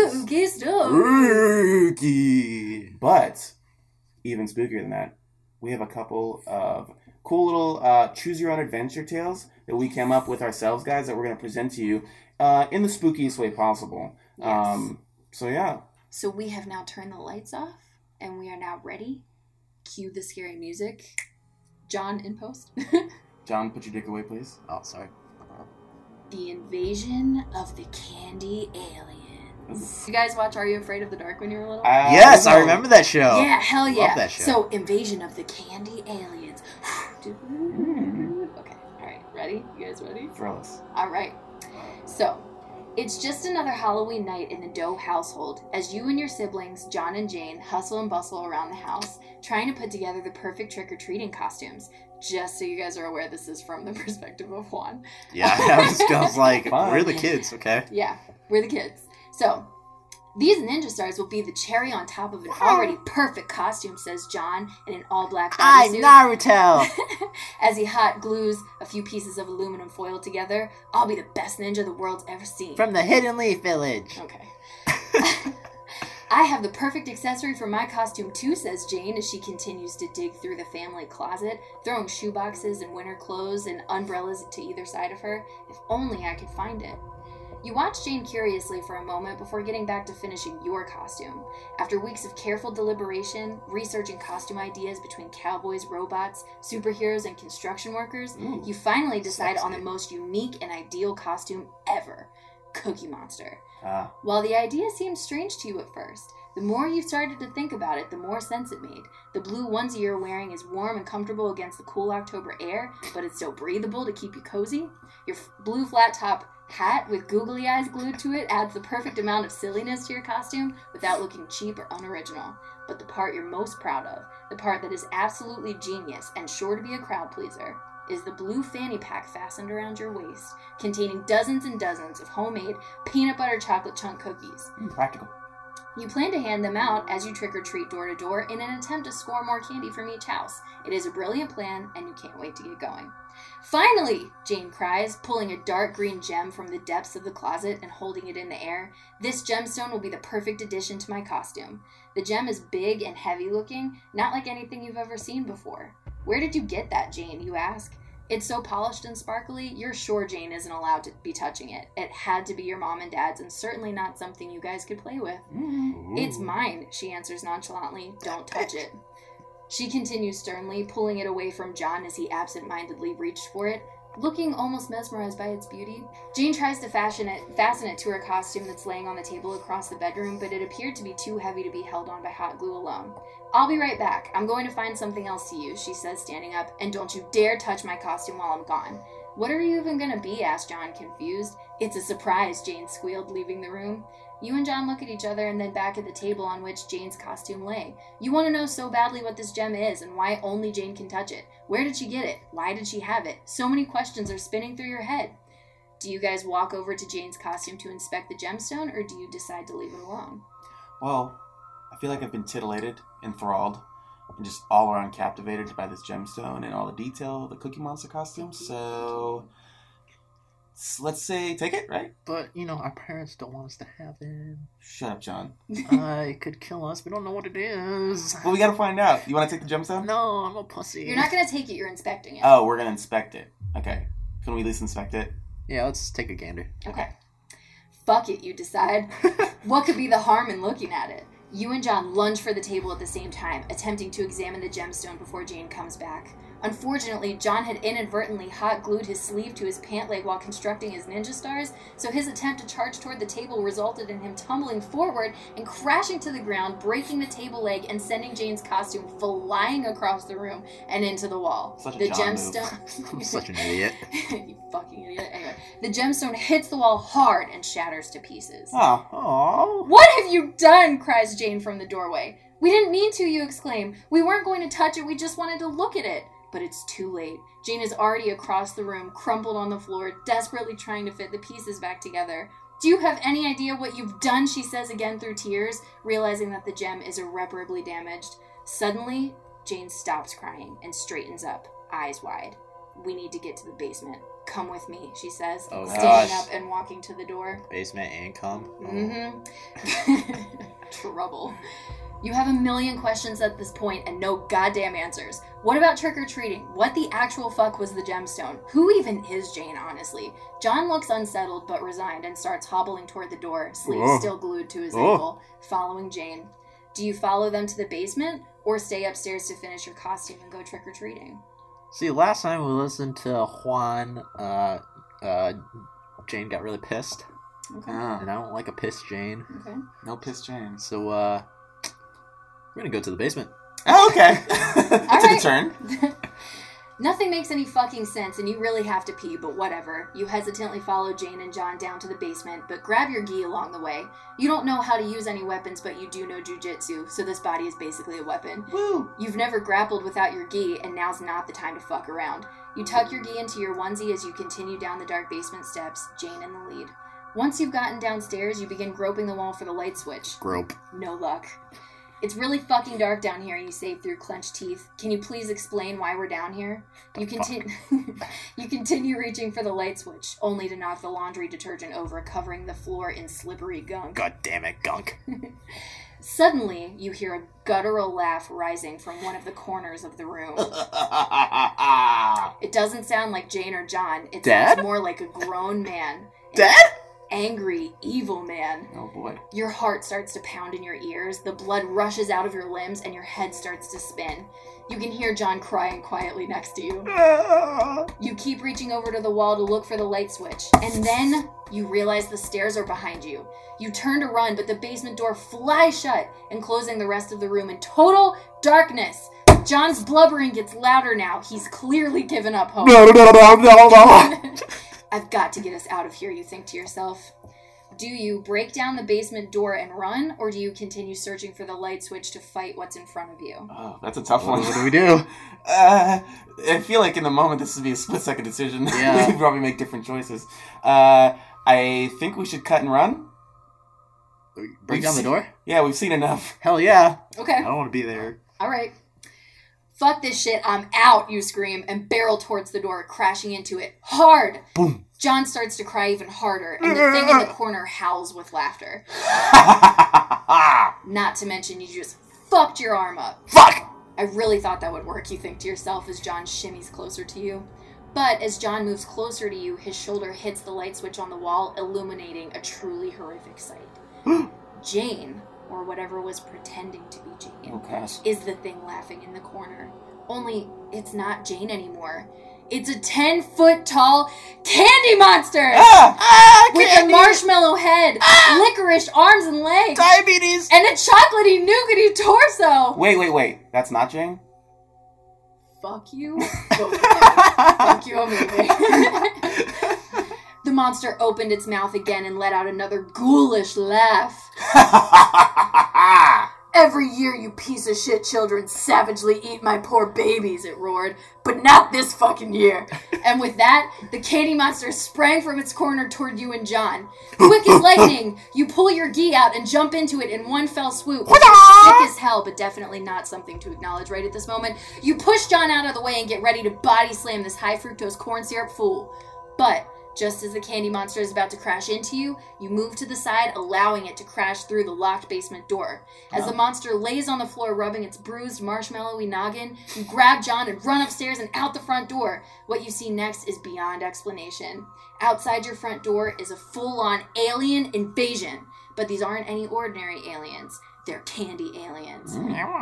[SPEAKER 3] Spooky
[SPEAKER 2] Um,
[SPEAKER 3] stuff.
[SPEAKER 2] Spooky.
[SPEAKER 1] But even spookier than that, we have a couple of cool little uh, choose your own adventure tales that we came up with ourselves, guys, that we're going to present to you uh, in the spookiest way possible.
[SPEAKER 3] Yes.
[SPEAKER 1] Um, so yeah,
[SPEAKER 3] so we have now turned the lights off and we are now ready. Cue the scary music. John in post.
[SPEAKER 1] John, put your dick away, please.
[SPEAKER 2] Oh, sorry.
[SPEAKER 3] the invasion of the candy aliens. You guys watch Are You Afraid of the Dark when you were little?
[SPEAKER 1] Uh,
[SPEAKER 2] yes,
[SPEAKER 1] no.
[SPEAKER 2] I remember that show.
[SPEAKER 3] yeah, hell yeah.
[SPEAKER 2] that show.
[SPEAKER 3] So invasion of the candy aliens.
[SPEAKER 2] Mm.
[SPEAKER 3] okay. All right, ready? You guys ready?
[SPEAKER 1] Thrill us.
[SPEAKER 3] All right. So, it's just another Halloween night in the Doe household as you and your siblings, John and Jane, hustle and bustle around the house trying to put together the perfect trick or treating costumes. Just so you guys are aware, this is from the perspective of Juan.
[SPEAKER 2] Yeah, I was, I was like,
[SPEAKER 1] Fun.
[SPEAKER 2] we're the kids, okay?
[SPEAKER 3] Yeah, we're the kids. So, these ninja stars will be the cherry on top of an already perfect costume, says John in an all black bodysuit.
[SPEAKER 2] Naruto.
[SPEAKER 3] As he hot glues a few pieces of aluminum foil together, I'll be the best ninja the world's ever seen.
[SPEAKER 2] the Hidden Leaf Village.
[SPEAKER 3] Okay. I have the perfect accessory for my costume too, says Jane as she continues to dig through the family closet, throwing shoeboxes and winter clothes and umbrellas to either side of her. If only I could find it. You watch Jane curiously for a moment before getting back to finishing your costume. After weeks of careful deliberation, researching costume ideas between cowboys, robots, superheroes, and construction workers,
[SPEAKER 1] Ooh.
[SPEAKER 3] you finally decide on the
[SPEAKER 2] Sexy.
[SPEAKER 3] most unique and ideal costume ever Cookie Monster.
[SPEAKER 1] Ah,
[SPEAKER 3] While the idea seemed strange to you at first, the more you started to think about it, the more sense it made. The blue onesie you're wearing is warm and comfortable against the cool October air, but it's still breathable to keep you cozy. Your f- blue flat top hat with googly eyes glued to it adds the perfect amount of silliness to your costume without looking cheap or unoriginal. But the part you're most proud of, the part that is absolutely genius and sure to be a crowd pleaser, is the blue fanny pack fastened around your waist, containing dozens and dozens of homemade peanut butter chocolate chunk cookies.
[SPEAKER 1] mm, practical.
[SPEAKER 3] You plan to hand them out as you trick or treat door to door in an attempt to score more candy from each house. It is a brilliant plan, and you can't wait to get going. Finally, Jane cries, pulling a dark green gem from the depths of the closet and holding it in the air. This gemstone will be the perfect addition to my costume. The gem is big and heavy looking, not like anything you've ever seen before. Where did you get that, Jane? You ask. It's so polished and sparkly, you're sure Jane isn't allowed to be touching it. It had to be your mom and dad's, and certainly not something you guys could play with. Mm-hmm. It's mine, she answers nonchalantly. Don't touch it. She continues sternly, pulling it away from John as he absent mindedly reached for it. Looking almost mesmerized by its beauty, Jane tries to fashion it, fasten it to her costume that's laying on the table across the bedroom, but it appeared to be too heavy to be held on by hot glue alone. I'll be right back. I'm going to find something else to use, she says, standing up, and don't you dare touch my costume while I'm gone. What are you even gonna be? asked John, confused. It's a surprise, Jane squealed, leaving the room. You and John look at each other and then back at the table on which Jane's costume lay. You want to know so badly what this gem is and why only Jane can touch it. Where did she get it? Why did she have it? So many questions are spinning through your head. Do you guys walk over to Jane's costume to inspect the gemstone or do you decide to leave it alone?
[SPEAKER 1] Well, I feel like I've been titillated, enthralled, and just all around captivated by this gemstone and all the detail of the Cookie Monster costume. So s- let's say take it, right?
[SPEAKER 2] But you know, our parents don't want us to have it.
[SPEAKER 1] Shut up, John.
[SPEAKER 2] Uh, it could kill us. We don't know what it is.
[SPEAKER 1] Well, we gotta find out. You want to take the gemstone?
[SPEAKER 2] No, I'm a pussy.
[SPEAKER 3] You're not going to take it, you're inspecting it.
[SPEAKER 1] Oh, we're gonna inspect it. Okay. Can we at least inspect it?
[SPEAKER 2] Yeah, let's take a gander.
[SPEAKER 3] Okay. Fuck it, you decide. what could be the harm in looking at it? You and John lunge for the table at the same time, attempting to examine the gemstone before Jane comes back. Unfortunately, John had inadvertently hot glued his sleeve to his pant leg while constructing his ninja stars, so his attempt to charge toward the table resulted in him tumbling forward and crashing to the ground, breaking the table leg and sending Jane's costume flying across the room and into the wall.
[SPEAKER 1] Such a
[SPEAKER 3] the
[SPEAKER 1] John move.
[SPEAKER 3] gemstone
[SPEAKER 2] I'm such an idiot.
[SPEAKER 3] you fucking idiot. Anyway, the gemstone hits the wall hard and shatters to pieces.
[SPEAKER 1] Oh,
[SPEAKER 2] Oh.
[SPEAKER 3] What have you done? cries Jane from the doorway. We didn't mean to, you exclaim. We weren't going to touch it, we just wanted to look at it. But it's too late. Jane is already across the room, crumpled on the floor, desperately trying to fit the pieces back together. Do you have any idea what you've done? She says again through tears, realizing that the gem is irreparably damaged. Suddenly, Jane stops crying and straightens up, eyes wide. We need to get to the basement. Come with me, she says,
[SPEAKER 2] Oh,
[SPEAKER 3] standing
[SPEAKER 1] gosh.
[SPEAKER 3] up and walking to the door.
[SPEAKER 2] Basement and cum. Oh.
[SPEAKER 3] Mm-hmm. Trouble. You have a million questions at this point and no goddamn answers. What about trick or treating? What the actual fuck was the gemstone? Who even is Jane, honestly? John looks unsettled but resigned and starts hobbling toward the door, sleeve
[SPEAKER 2] Oh.
[SPEAKER 3] still glued to his
[SPEAKER 2] Oh.
[SPEAKER 3] ankle, following Jane. Do you follow them to the basement or stay upstairs to finish your costume and go trick or treating?
[SPEAKER 2] See, last time we listened to Juan, uh, uh, Jane got really pissed,
[SPEAKER 3] Okay.
[SPEAKER 1] Ah,
[SPEAKER 2] and I don't like a pissed Jane.
[SPEAKER 3] Okay.
[SPEAKER 1] no piss James.
[SPEAKER 2] So, uh, we're gonna go to the basement.
[SPEAKER 1] Oh, okay. Took
[SPEAKER 3] right.
[SPEAKER 1] a turn.
[SPEAKER 3] Nothing makes any fucking sense, and you really have to pee, but whatever. You hesitantly follow Jane and John down to the basement, but grab your gi along the way. You don't know how to use any weapons, but you do know jujitsu, so this body is basically a weapon.
[SPEAKER 1] Woo.
[SPEAKER 3] You've never grappled without your gi, and now's not the time to fuck around. You tuck your gi into your onesie as you continue down the dark basement steps, Jane in the lead. Once you've gotten downstairs, you begin groping the wall for the light switch.
[SPEAKER 2] Grope.
[SPEAKER 3] No luck. It's really fucking dark down here, you say through clenched teeth. Can you please explain why we're down here? You
[SPEAKER 2] The fuck?
[SPEAKER 3] continue. you continue reaching for the light switch, only to knock the laundry detergent over, covering the floor in slippery gunk.
[SPEAKER 2] God damn it, gunk.
[SPEAKER 3] Suddenly, you hear a guttural laugh rising from one of the corners of the room.
[SPEAKER 2] Uh.
[SPEAKER 3] It doesn't sound like Jane or John. It
[SPEAKER 2] Dad?
[SPEAKER 3] sounds more like a grown man.
[SPEAKER 2] Dad?
[SPEAKER 3] Angry, evil man.
[SPEAKER 1] oh boy.
[SPEAKER 3] Your heart starts to pound in your ears, the blood rushes out of your limbs, and your head starts to spin. You can hear John crying quietly next to you. You keep reaching over to the wall to look for the light switch, and then you realize the stairs are behind you. You turn to run, but the basement door flies shut, enclosing the rest of the room in total darkness. John's blubbering gets louder now. He's clearly given up hope. I've got to get us out of here, you think to yourself. Do you break down the basement door and run, or do you continue searching for the light switch to fight what's in front of you?
[SPEAKER 1] Oh, that's a tough one.
[SPEAKER 2] What do we do?
[SPEAKER 1] Uh, I feel like in the moment this would be a split second decision.
[SPEAKER 2] Yeah.
[SPEAKER 1] We'd probably make different choices. Uh, I think we should cut and run.
[SPEAKER 2] Break down the door?
[SPEAKER 1] Yeah, we've seen enough.
[SPEAKER 2] Hell yeah. I
[SPEAKER 3] Okay,
[SPEAKER 2] don't want to be there.
[SPEAKER 3] alright. Fuck this shit, I'm out, you scream, and barrel towards the door, crashing into it hard.
[SPEAKER 2] Boom.
[SPEAKER 3] John starts to cry even harder, and the thing in the corner howls with laughter. Not to mention, you just fucked your arm up.
[SPEAKER 2] Fuck!
[SPEAKER 3] I really thought that would work, you think to yourself as John shimmies closer to you. But as John moves closer to you, his shoulder hits the light switch on the wall, illuminating a truly horrific sight. Jane, or whatever was pretending to be Jane,
[SPEAKER 1] oh gosh.
[SPEAKER 3] is the thing laughing in the corner. Only it's not Jane anymore. It's a 10 foot tall candy monster
[SPEAKER 1] Ah! Ah!
[SPEAKER 3] with a
[SPEAKER 1] candy! Ah!
[SPEAKER 3] marshmallow head, licorice arms and legs,
[SPEAKER 1] Diabetes!
[SPEAKER 3] and a chocolatey nougaty torso.
[SPEAKER 1] Wait, wait, wait. That's not Jane?
[SPEAKER 3] Fuck you. Fuck you, amazing. the monster opened its mouth again and let out another ghoulish laugh. Every year, you piece of shit children savagely eat my poor babies, it roared, but not this fucking year. and with that, the candy monster sprang from its corner toward you and John. Quick as lightning, you pull your gi out and jump into it in one fell swoop. Sick as hell, but definitely not something to acknowledge right at this moment. You push John out of the way and get ready to body slam this high fructose corn syrup fool. But just as the candy monster is about to crash into you, you move to the side, allowing it to crash through the locked basement door. As the monster lays on the floor, rubbing its bruised, marshmallowy noggin, you grab John and run upstairs and out the front door. What you see next is beyond explanation. Outside your front door is a full on alien invasion, but these aren't any ordinary aliens. They're candy aliens.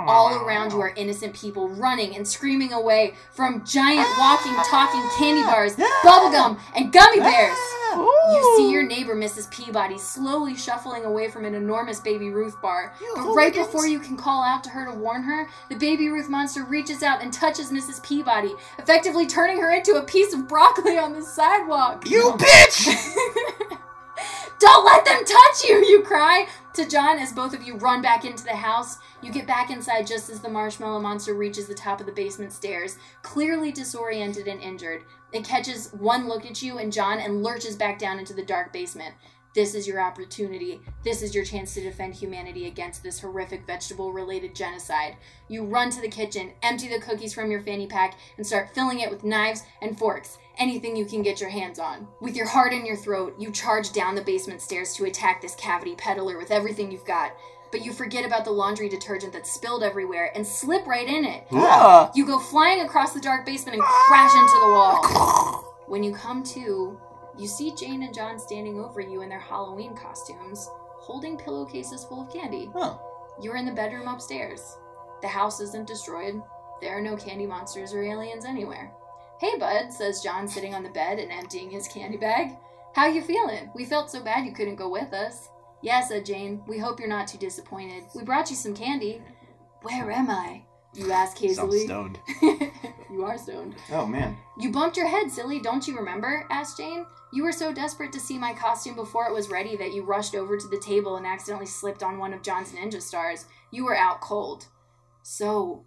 [SPEAKER 3] All around you are innocent people running and screaming away from giant walking, talking candy bars, bubblegum, and gummy bears. You see your neighbor, Mrs. Peabody, slowly shuffling away from an enormous Baby Ruth bar.
[SPEAKER 2] Oh
[SPEAKER 3] But right before you can call out to her to warn her, the Baby Ruth monster reaches out and touches Mrs. Peabody, effectively turning her into a piece of broccoli on the sidewalk.
[SPEAKER 1] You bitch!
[SPEAKER 3] Don't let them touch you, you cry to John as both of you run back into the house. You get back inside just as the marshmallow monster reaches the top of the basement stairs, clearly disoriented and injured. It catches one look at you and John and lurches back down into the dark basement. This is your opportunity. This is your chance to defend humanity against this horrific vegetable related genocide. You run to the kitchen, empty the cookies from your fanny pack, and start filling it with knives and forks. Anything you can get your hands on. With your heart in your throat, you charge down the basement stairs to attack this cavity peddler with everything you've got. But you forget about the laundry detergent that's spilled everywhere and slip right in it.
[SPEAKER 1] Ah.
[SPEAKER 3] You go flying across the dark basement and crash into the wall. When you come to, you see Jane and John standing over you in their Halloween costumes, holding pillowcases full of candy.
[SPEAKER 1] Huh.
[SPEAKER 3] You're in the bedroom upstairs. The house isn't destroyed. There are no candy monsters or aliens anywhere. Hey, bud, says John, sitting on the bed and emptying his candy bag. How you feeling? We felt so bad you couldn't go with us. Yeah, said Jane. We hope you're not too disappointed. We brought you some candy. Where am I? You ask
[SPEAKER 2] Sounds
[SPEAKER 3] hazily.
[SPEAKER 2] stoned.
[SPEAKER 3] you are stoned.
[SPEAKER 1] Oh, man.
[SPEAKER 3] You bumped your head, silly. Don't you remember? asked Jane. You were so desperate to see my costume before it was ready that you rushed over to the table and accidentally slipped on one of John's ninja stars. You were out cold. So,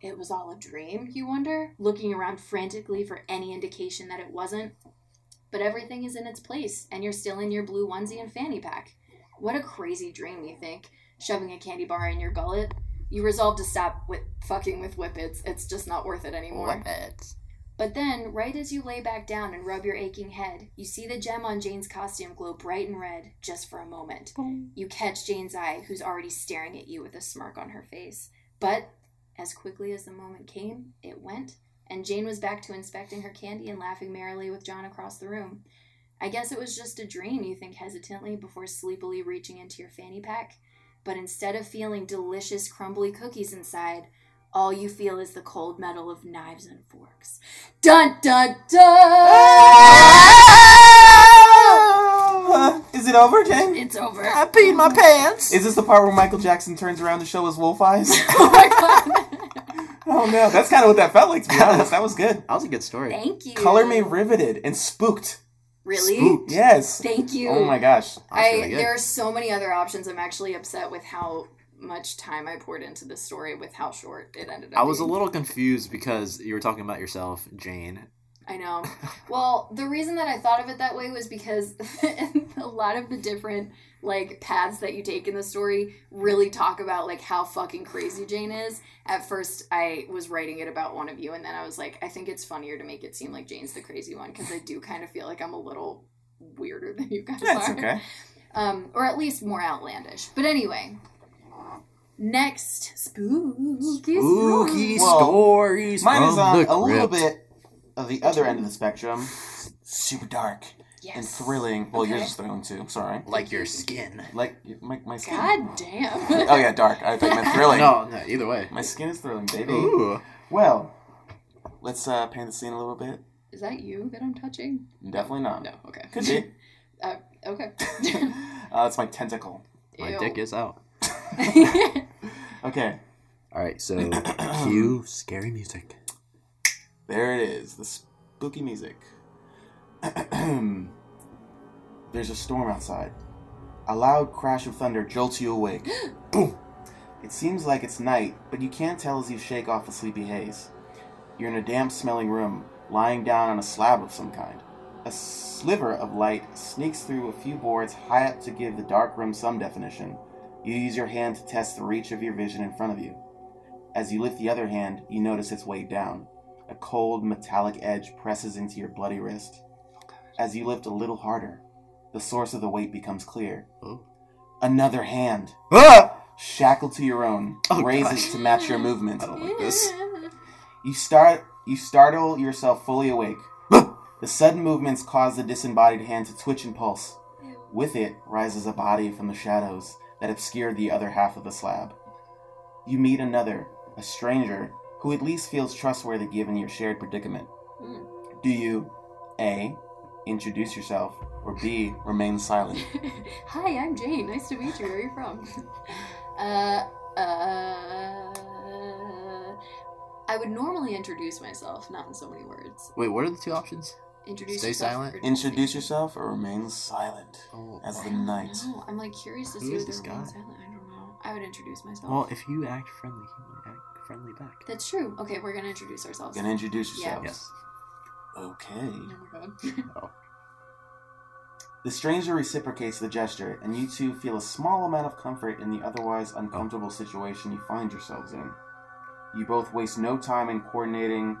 [SPEAKER 3] it was all a dream, you wonder, looking around frantically for any indication that it wasn't. But everything is in its place, and you're still in your blue onesie and fanny pack. What a crazy dream, you think, shoving a candy bar in your gullet. You resolve to stop with fucking with whippets. It's just not worth it anymore. But then, right as you lay back down and rub your aching head, you see the gem on Jane's costume glow bright and red just for a moment. You catch Jane's eye, who's already staring at you with a smirk on her face. But as quickly as the moment came, it went, and Jane was back to inspecting her candy and laughing merrily with John across the room. I guess it was just a dream, you think hesitantly before sleepily reaching into your fanny pack. But instead of feeling delicious, crumbly cookies inside, all you feel is the cold metal of knives and forks. Dun dun
[SPEAKER 4] Ah!
[SPEAKER 3] dun!
[SPEAKER 1] Uh, Is it over, Jane?
[SPEAKER 3] it's over.
[SPEAKER 4] I peed my pants.
[SPEAKER 1] Is this the part where Michael Jackson turns around to show his wolf eyes?
[SPEAKER 3] Oh my god.
[SPEAKER 1] oh no, that's kind of what that felt like. To be honest, that was good.
[SPEAKER 2] That was a good story.
[SPEAKER 3] Thank you.
[SPEAKER 1] Color me riveted and spooked.
[SPEAKER 3] Really?
[SPEAKER 2] Spooked.
[SPEAKER 1] Yes.
[SPEAKER 3] Thank you.
[SPEAKER 1] Oh my gosh.
[SPEAKER 2] That's
[SPEAKER 3] I
[SPEAKER 2] really good.
[SPEAKER 3] there are so many other options. I'm actually upset with how much time I poured into this story with how short it ended up.
[SPEAKER 2] I was a
[SPEAKER 3] being.
[SPEAKER 2] little confused because you were talking about yourself, Jane.
[SPEAKER 3] I know. Well, the reason that I thought of it that way was because a lot of the different like paths that you take in the story really talk about like how fucking crazy Jane is. At first, I was writing it about one of you, and then I was like, I think it's funnier to make it seem like Jane's the crazy one because I do kind of feel like I'm a little weirder than you guys
[SPEAKER 1] That's
[SPEAKER 3] are
[SPEAKER 1] okay.
[SPEAKER 3] um, or at least more outlandish. But anyway, next spooky,
[SPEAKER 2] Spooky
[SPEAKER 1] Well,
[SPEAKER 2] stories.
[SPEAKER 1] Mine is
[SPEAKER 2] from
[SPEAKER 1] on
[SPEAKER 2] the
[SPEAKER 1] a little
[SPEAKER 2] crypt.
[SPEAKER 1] bit of the other end of the spectrum. S- Super dark
[SPEAKER 3] yes.
[SPEAKER 1] and thrilling. Well, yours
[SPEAKER 3] Okay.
[SPEAKER 1] is thrilling too. I'm sorry.
[SPEAKER 2] like your skin.
[SPEAKER 1] Like my, my skin.
[SPEAKER 3] God damn.
[SPEAKER 1] Oh yeah, dark. I think my thrilling.
[SPEAKER 2] No, no, either way.
[SPEAKER 1] My skin is thrilling, baby.
[SPEAKER 2] Ooh.
[SPEAKER 1] Well, let's uh, paint the scene a little bit.
[SPEAKER 3] Is that you that I'm touching?
[SPEAKER 1] Definitely not.
[SPEAKER 3] No. Okay.
[SPEAKER 1] Could be.
[SPEAKER 3] Uh, okay.
[SPEAKER 1] uh, it's my tentacle.
[SPEAKER 2] My
[SPEAKER 3] Ew.
[SPEAKER 2] dick is out.
[SPEAKER 1] Okay,
[SPEAKER 2] All right, so cue scary music.
[SPEAKER 1] there it is. The spooky music. There's a storm outside. A loud crash of thunder jolts you awake. Boom! It seems like it's night, but you can't tell as you shake off a sleepy haze. You're in a damp smelling room, lying down on a slab of some kind. A sliver of light sneaks through a few boards high up to give the dark room some definition. You use your hand to test the reach of your vision in front of you. As you lift the other hand, you notice it's weighed down. A cold, metallic edge presses into your bloody wrist. As you lift a little harder, the source of the weight becomes clear.
[SPEAKER 2] Oh.
[SPEAKER 1] Another hand,
[SPEAKER 2] Ah!
[SPEAKER 1] shackled to your own,
[SPEAKER 2] Oh,
[SPEAKER 1] raises
[SPEAKER 2] gosh.
[SPEAKER 1] to match your movement.
[SPEAKER 2] I don't like this.
[SPEAKER 1] You start you startle yourself fully awake. the sudden movements cause the disembodied hand to twitch and pulse. With it rises a body from the shadows that obscured the other half of the slab. You meet another, a stranger, who at least feels trustworthy given your shared predicament.
[SPEAKER 3] Mm.
[SPEAKER 1] Do you A introduce yourself or B remain silent?
[SPEAKER 3] Hi, I'm Jane. Nice to meet you. Where are you from? Uh, uh, I would normally introduce myself, not in so many words.
[SPEAKER 2] Wait, what are the two options?
[SPEAKER 3] Introduce
[SPEAKER 2] Stay
[SPEAKER 3] yourself
[SPEAKER 2] silent.
[SPEAKER 3] or just-
[SPEAKER 1] introduce yourself or remain silent
[SPEAKER 2] Oh,
[SPEAKER 1] as
[SPEAKER 3] I
[SPEAKER 1] the
[SPEAKER 3] don't
[SPEAKER 1] night.
[SPEAKER 3] know. I'm like curious to
[SPEAKER 2] Who
[SPEAKER 3] see
[SPEAKER 2] is
[SPEAKER 3] if
[SPEAKER 2] this
[SPEAKER 3] they're really
[SPEAKER 2] guy?
[SPEAKER 3] silent. I don't know. I would introduce myself.
[SPEAKER 2] Well, if you act friendly, he might act friendly back.
[SPEAKER 3] That's true. Okay, we're gonna introduce ourselves.
[SPEAKER 1] Gonna introduce
[SPEAKER 3] Yeah.
[SPEAKER 1] yourself.
[SPEAKER 2] Yes.
[SPEAKER 1] Okay.
[SPEAKER 3] Oh my god.
[SPEAKER 1] The stranger reciprocates the gesture, and you two feel a small amount of comfort in the otherwise uncomfortable situation you find yourselves in. You both waste no time in coordinating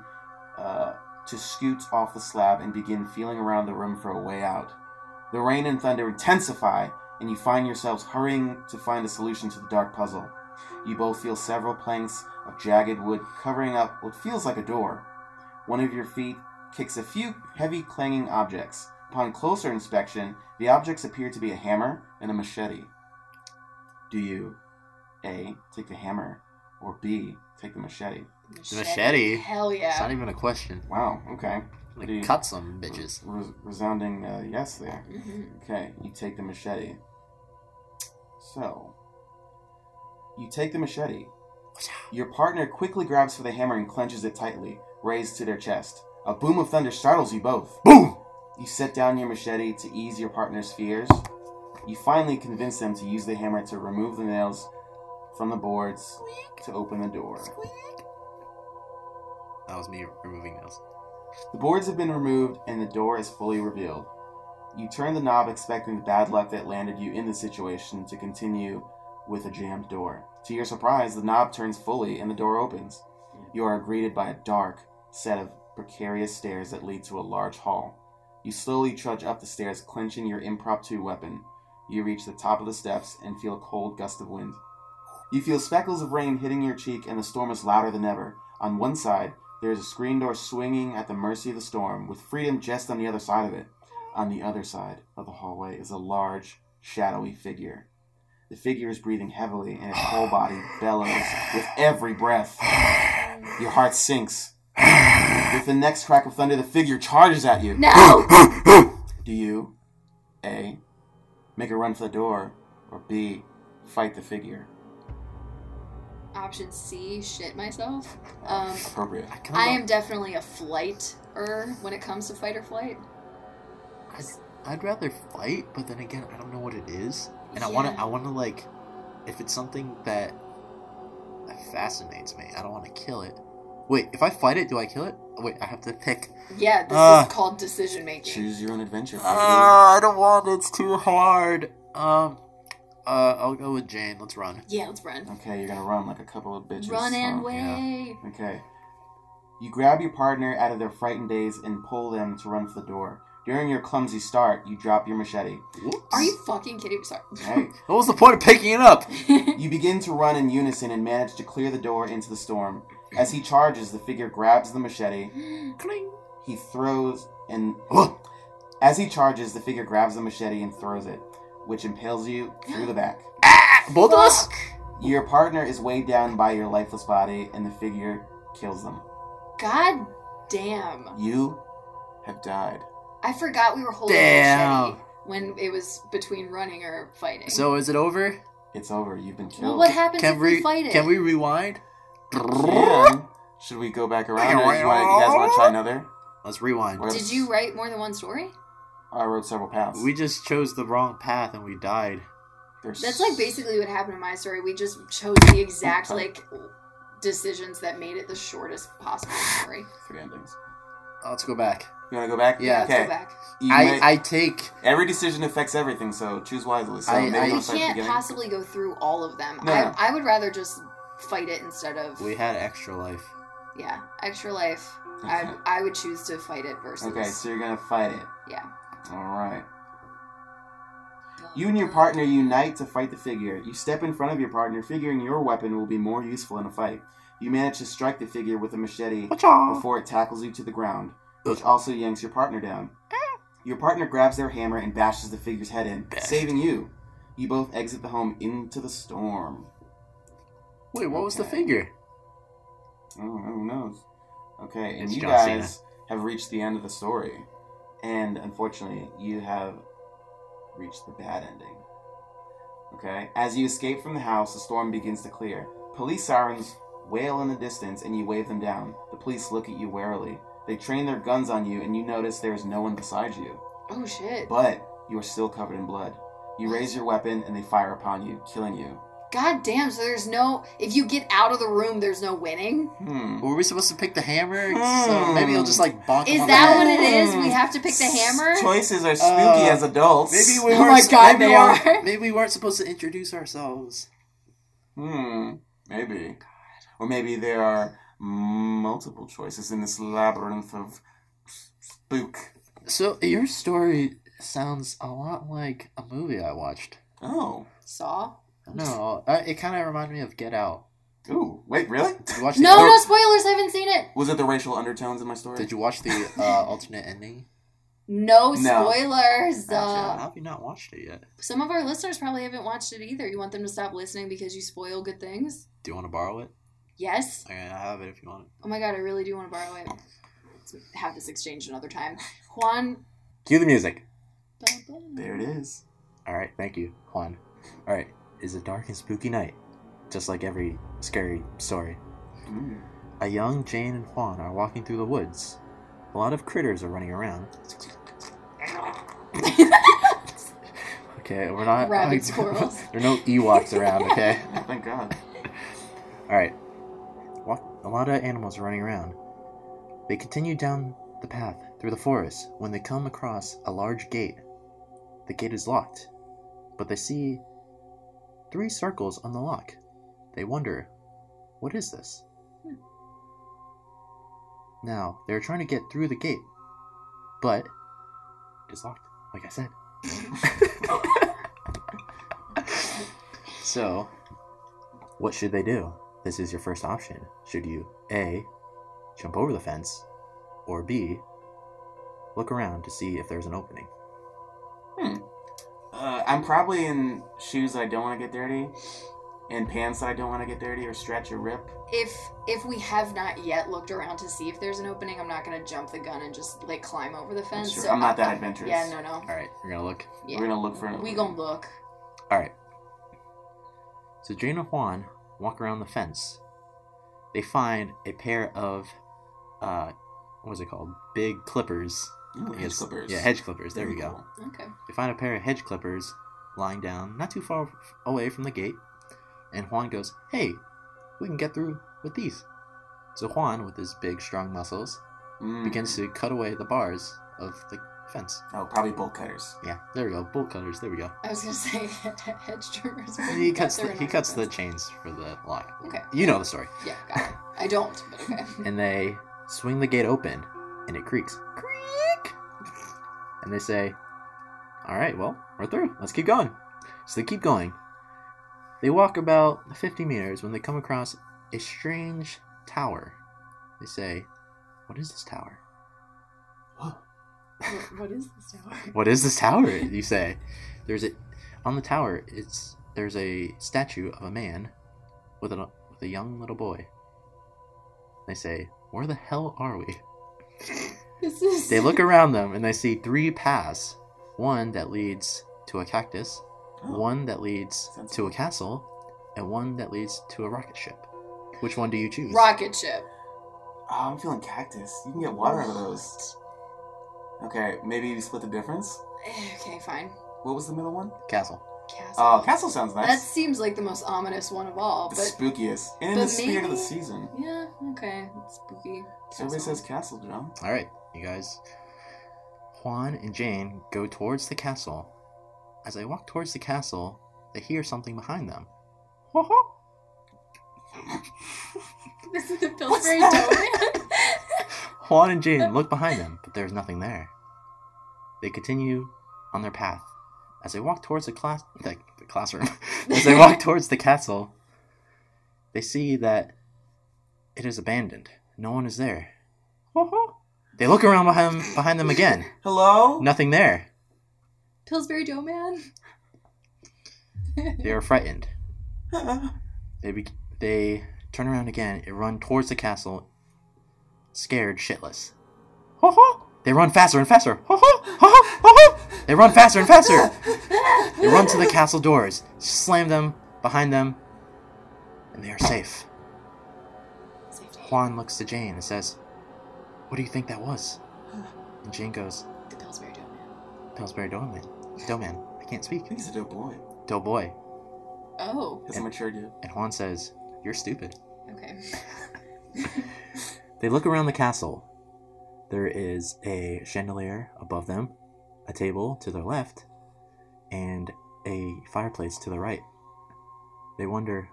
[SPEAKER 1] uh, to scoot off the slab and begin feeling around the room for a way out. The rain and thunder intensify, and you find yourselves hurrying to find a solution to the dark puzzle. You both feel several planks of jagged wood covering up what feels like a door. One of your feet kicks a few heavy clanging objects. Upon closer inspection, the objects appear to be a hammer and a machete. Do you A. Take the hammer or B. Take the machete?
[SPEAKER 2] Machete?
[SPEAKER 3] Hell
[SPEAKER 2] It's not
[SPEAKER 3] yeah.
[SPEAKER 2] even a question.
[SPEAKER 1] Wow, okay.
[SPEAKER 2] Like,
[SPEAKER 1] Dude.
[SPEAKER 2] cut some bitches.
[SPEAKER 1] Res- resounding uh, yes there.
[SPEAKER 3] Mhm.
[SPEAKER 1] Okay, you take the machete. So, you take the machete. Your partner quickly grabs for the hammer and clenches it tightly, raised to their chest. A boom of thunder startles you both.
[SPEAKER 2] Boom!
[SPEAKER 1] You set down your machete to ease your partner's fears. You finally convince them to use the hammer to remove the nails from the boards to open the door.
[SPEAKER 2] That was me removing nails.
[SPEAKER 1] The boards have been removed and the door is fully revealed. You turn the knob expecting the bad luck that landed you in this situation to continue with a jammed door. To your surprise, the knob turns fully and the door opens. You are greeted by a dark set of precarious stairs that lead to a large hall. You slowly trudge up the stairs, clenching your impromptu weapon. You reach the top of the steps and feel a cold gust of wind. You feel speckles of rain hitting your cheek, and the storm is louder than ever. On one side, there is a screen door swinging at the mercy of the storm, with freedom just on the other side of it. On the other side of the hallway is a large, shadowy figure. The figure is breathing heavily, and its whole body bellows with every breath. Your heart sinks. With the next crack of thunder, the figure charges at you.
[SPEAKER 3] No!
[SPEAKER 1] Do you A. Make a run for the door, or B. Fight the figure?
[SPEAKER 3] Option C, shit myself. Um,
[SPEAKER 1] Appropriate.
[SPEAKER 2] I, kinda
[SPEAKER 3] I am definitely a flighter when it comes to fight or flight.
[SPEAKER 2] I'd rather fight, but then again, I don't know what it is, and I want to.
[SPEAKER 3] Yeah.
[SPEAKER 2] I want to like, if it's something that that fascinates me, I don't want to kill it. Wait, if I fight it, do I kill it? Oh, Wait, I have to pick.
[SPEAKER 3] Yeah, this
[SPEAKER 2] Ah.
[SPEAKER 3] is called decision making.
[SPEAKER 1] Choose your own adventure.
[SPEAKER 3] Uh,
[SPEAKER 2] Ah, I don't want. It's too hard. Um, uh, I'll go with Jane. Let's run.
[SPEAKER 3] Yeah, let's run.
[SPEAKER 1] baby. Okay, you're gonna run like a couple of bitches.
[SPEAKER 3] Run and
[SPEAKER 1] huh?
[SPEAKER 3] way.
[SPEAKER 1] Okay. You grab your partner out of their frightened daze and pull them to run for the door. During your clumsy start, you drop your machete.
[SPEAKER 2] Whoops.
[SPEAKER 3] Are you fucking kidding me? Sorry.
[SPEAKER 1] Hey.
[SPEAKER 2] What was the point of picking it up?
[SPEAKER 1] You begin to run in unison and manage to clear the door into the storm. As he charges, the figure grabs the machete.
[SPEAKER 2] Cling.
[SPEAKER 1] He throws and
[SPEAKER 2] Whoa.
[SPEAKER 1] as he charges, the figure grabs the machete and throws it, which impales you through the back.
[SPEAKER 2] Ah, Both of us.
[SPEAKER 3] Fuck.
[SPEAKER 1] Your partner is weighed down by your lifeless body, and the figure kills them.
[SPEAKER 3] God damn.
[SPEAKER 1] You have died.
[SPEAKER 3] I forgot we were holding a
[SPEAKER 2] Damn.
[SPEAKER 3] machete when it was between running or fighting.
[SPEAKER 2] So is it over?
[SPEAKER 1] It's over. You've been killed.
[SPEAKER 3] well, what happens
[SPEAKER 2] Can
[SPEAKER 3] if
[SPEAKER 2] we
[SPEAKER 3] we fight it?
[SPEAKER 2] can we rewind?
[SPEAKER 1] Jen, should we go back around? Or you, wanna, you guys want to try another?
[SPEAKER 2] Let's rewind.
[SPEAKER 1] Or-
[SPEAKER 3] Did you write more than one story?
[SPEAKER 1] I wrote several paths.
[SPEAKER 2] We just chose the wrong path and we died.
[SPEAKER 1] There's
[SPEAKER 3] That's like basically what happened in my story. We just chose the exact like decisions that made it the shortest possible story.
[SPEAKER 1] three endings.
[SPEAKER 2] Let's go back.
[SPEAKER 1] You want to go back?
[SPEAKER 2] Yeah.
[SPEAKER 3] Let's go
[SPEAKER 1] Okay.
[SPEAKER 3] back.
[SPEAKER 1] You
[SPEAKER 2] I,
[SPEAKER 1] may-
[SPEAKER 2] I take
[SPEAKER 1] every decision affects everything, so choose wisely. So
[SPEAKER 2] I-
[SPEAKER 1] maybe
[SPEAKER 2] I-
[SPEAKER 1] we'll
[SPEAKER 3] We
[SPEAKER 1] start at the
[SPEAKER 3] can't
[SPEAKER 1] beginning.
[SPEAKER 3] possibly go through all of them.
[SPEAKER 1] No.
[SPEAKER 3] I, I would rather just fight it instead of
[SPEAKER 2] we had extra life.
[SPEAKER 3] yeah extra life. I
[SPEAKER 1] Okay.
[SPEAKER 3] I would choose to fight it versus
[SPEAKER 1] Okay, so you're gonna fight it.
[SPEAKER 3] yeah.
[SPEAKER 1] All right. You and your partner unite to fight the figure. You step in front of your partner, figuring your weapon will be more useful in a fight. You manage to strike the figure with a machete before it tackles you to the ground, which also yanks your partner down. Your partner grabs their hammer and bashes the figure's head in, saving you. You both exit the home into the storm.
[SPEAKER 2] Wait, what was the
[SPEAKER 1] Okay.
[SPEAKER 2] figure?
[SPEAKER 1] Oh, who knows? Okay, and
[SPEAKER 2] It's
[SPEAKER 1] you
[SPEAKER 2] John Cena.
[SPEAKER 1] guys have reached the end of the story. And unfortunately, you have reached the bad ending. Okay? As you escape from the house, the storm begins to clear. Police sirens wail in the distance, and you wave them down. The police look at you warily. They train their guns on you, and you notice there is no one beside you.
[SPEAKER 3] Oh shit!
[SPEAKER 1] But you are still covered in blood. You raise your weapon, and they fire upon you, killing you.
[SPEAKER 3] God damn! So there's no if you get out of the room, there's no winning.
[SPEAKER 1] Hmm.
[SPEAKER 2] Were we supposed to pick the hammer? So
[SPEAKER 1] Hmm.
[SPEAKER 2] maybe it'll just like bonk. him
[SPEAKER 3] Is
[SPEAKER 2] on
[SPEAKER 3] that
[SPEAKER 2] the
[SPEAKER 3] what
[SPEAKER 2] head.
[SPEAKER 3] it is? We have to pick the hammer.
[SPEAKER 1] Choices are spooky
[SPEAKER 2] Uh,
[SPEAKER 1] as adults.
[SPEAKER 2] Maybe we
[SPEAKER 3] Oh
[SPEAKER 2] weren't.
[SPEAKER 3] my
[SPEAKER 2] s-
[SPEAKER 3] God,
[SPEAKER 2] maybe
[SPEAKER 3] they
[SPEAKER 2] we weren't-
[SPEAKER 3] are.
[SPEAKER 2] Maybe we weren't supposed to introduce ourselves.
[SPEAKER 1] Hmm. Maybe. Or maybe there are multiple choices in this labyrinth of spook.
[SPEAKER 2] So your story sounds a lot like a movie I watched.
[SPEAKER 1] Oh.
[SPEAKER 3] Saw.
[SPEAKER 2] No, uh, it kind of reminded me of Get Out.
[SPEAKER 1] Ooh. Wait, really?
[SPEAKER 2] Did you watch the
[SPEAKER 3] No,
[SPEAKER 2] al-
[SPEAKER 3] no spoilers. I haven't seen it.
[SPEAKER 1] Was it the racial undertones in my story?
[SPEAKER 2] Did you watch the uh, alternate ending?
[SPEAKER 3] No
[SPEAKER 1] No.
[SPEAKER 3] spoilers.
[SPEAKER 1] Gotcha.
[SPEAKER 3] Uh,
[SPEAKER 2] How have you not watched it yet?
[SPEAKER 3] some of our listeners probably haven't watched it either. You want them to stop listening because you spoil good things?
[SPEAKER 2] Do you want to borrow it?
[SPEAKER 3] Yes.
[SPEAKER 2] I I have it if you want it.
[SPEAKER 3] Oh my god, I really do want to borrow it. Let's have this exchange another time. Juan.
[SPEAKER 2] Cue the music.
[SPEAKER 1] There it is.
[SPEAKER 2] All right, thank you, Juan. All right, it's a dark and spooky night, just like every scary story.
[SPEAKER 1] Mm.
[SPEAKER 2] A young Jane and Juan are walking through the woods. A lot of critters are running around. Okay, we're not.
[SPEAKER 3] Rabid squirrels.
[SPEAKER 2] there are no Ewoks around. Okay.
[SPEAKER 1] Oh, thank God.
[SPEAKER 2] All right. Wa- A lot of animals running around. They continue down the path through the forest when they come across a large gate. The gate is locked, but they see three circles on the lock. They wonder, what is this? Now, they're trying to get through the gate, but it's locked, like I said. so, what should they do? This is your first option. Should you A, jump over the fence, or B, look around to see if there's an opening?
[SPEAKER 1] Uh, I'm probably in shoes that I don't want to get dirty, and pants that I don't want to get dirty or stretch or rip.
[SPEAKER 3] If if we have not yet looked around to see if there's an opening, I'm not gonna jump the gun and just like climb over the fence.
[SPEAKER 1] sure.
[SPEAKER 3] So
[SPEAKER 1] I'm not
[SPEAKER 3] I-
[SPEAKER 1] that
[SPEAKER 3] I-
[SPEAKER 1] adventurous.
[SPEAKER 3] Yeah, no, no.
[SPEAKER 2] All right, we're gonna look.
[SPEAKER 3] Yeah.
[SPEAKER 1] We're gonna look for an.
[SPEAKER 3] We gonna look.
[SPEAKER 2] All right. So Jane and Juan walk around the fence. They find a pair of, uh, what was it called? Big clippers.
[SPEAKER 1] Ooh,
[SPEAKER 2] I
[SPEAKER 1] hedge
[SPEAKER 2] guess-
[SPEAKER 1] clippers.
[SPEAKER 2] Yeah, hedge clippers. There we go.
[SPEAKER 3] Okay.
[SPEAKER 2] They find a pair of hedge clippers lying down not too far f- away from the gate, and Juan goes, Hey, we can get through with these. So Juan, with his big, strong muscles,
[SPEAKER 1] Mm.
[SPEAKER 2] begins to cut away the bars of the fence.
[SPEAKER 1] Oh, probably bolt cutters.
[SPEAKER 2] Yeah, there we go. Bolt cutters, there we go.
[SPEAKER 3] I was gonna say hedge trimmers. but
[SPEAKER 2] He cuts
[SPEAKER 3] they're
[SPEAKER 2] the,
[SPEAKER 3] in
[SPEAKER 2] he
[SPEAKER 3] our
[SPEAKER 2] cuts the
[SPEAKER 3] defense.
[SPEAKER 2] chains for the lock.
[SPEAKER 3] Okay.
[SPEAKER 2] You know the story.
[SPEAKER 3] Yeah, got it. I don't, but okay.
[SPEAKER 2] And they swing the gate open, and it creaks. Creak! And they say, All right, well, we're through. Let's keep going. So they keep going. They walk about 50 meters when they come across a strange tower. They say, What is this tower?
[SPEAKER 3] What- what is this tower?
[SPEAKER 2] What is this tower? You say. There's a on the tower. It's there's a statue of a man with a with a young little boy. They say, "Where the hell are we?"
[SPEAKER 3] This is.
[SPEAKER 2] They look around them and they see three paths one that leads to a cactus, one that leads
[SPEAKER 1] Oh. Sounds
[SPEAKER 2] to a castle, and one that leads to a rocket ship. Which one do you choose?
[SPEAKER 3] rocket ship.
[SPEAKER 1] Oh, I'm feeling cactus. You can get water out of those. Okay, maybe you split the difference.
[SPEAKER 3] Eh, Okay, fine.
[SPEAKER 1] What was the middle one?
[SPEAKER 2] Castle.
[SPEAKER 3] Castle.
[SPEAKER 1] Oh, castle sounds nice.
[SPEAKER 3] that seems like the most ominous one of all,
[SPEAKER 1] the
[SPEAKER 3] but
[SPEAKER 1] spookiest and in
[SPEAKER 3] but
[SPEAKER 1] the spirit of the
[SPEAKER 3] maybe-
[SPEAKER 1] season.
[SPEAKER 3] yeah, okay, it's spooky.
[SPEAKER 1] So Everybody says castle, John.
[SPEAKER 2] All right, you guys. Juan and Jane go towards the castle. As they walk towards the castle, they hear something behind them.
[SPEAKER 3] this is the
[SPEAKER 1] What's
[SPEAKER 3] Pillsbury
[SPEAKER 1] that?
[SPEAKER 3] Doughman.
[SPEAKER 2] Juan and Jane look behind them, but there's nothing there. They continue on their path. As they walk towards the class the, the classroom, as they walk towards the castle, they see that it is abandoned. No one is there. They look around behind behind them again.
[SPEAKER 1] Hello.
[SPEAKER 2] Nothing there.
[SPEAKER 3] Pillsbury Doughman.
[SPEAKER 2] They are frightened.
[SPEAKER 1] No.
[SPEAKER 2] They be- they turn around again and run towards the castle, scared shitless. Ho ho! They run faster and faster. Ho ho! Ho ho! Ho ho! They run faster and faster. They run to the castle doors, slam them behind them, and they are safe.
[SPEAKER 3] Safety.
[SPEAKER 2] Juan looks to Jane and says, "What do you think that was?" And Jane goes,
[SPEAKER 3] The Pillsbury Doughman.
[SPEAKER 2] "Pillsbury Doughman. Doughman. I can't speak.
[SPEAKER 1] I think he's a dope boy.
[SPEAKER 2] Doughboy."
[SPEAKER 3] Oh,
[SPEAKER 1] He's a mature dude.
[SPEAKER 2] And Juan says, "You're stupid."
[SPEAKER 3] okay.
[SPEAKER 2] They look around the castle. There is a chandelier above them, a table to their left, and a fireplace to their right. They wonder,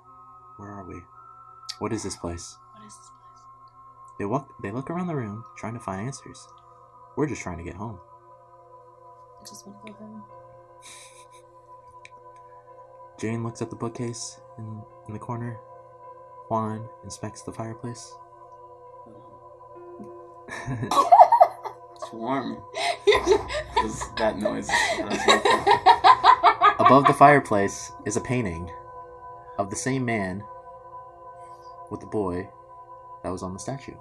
[SPEAKER 2] where are we? What is this place?
[SPEAKER 3] What is this place?
[SPEAKER 2] They walk they look around the room trying to find answers. We're just trying to get home.
[SPEAKER 3] I just want to go home.
[SPEAKER 2] Jane looks at the bookcase in, in the corner. Juan inspects the fireplace.
[SPEAKER 1] It's warm.
[SPEAKER 3] You're-
[SPEAKER 1] Is that noise? That's
[SPEAKER 2] Above the fireplace is a painting of the same man with the boy that was on the statue.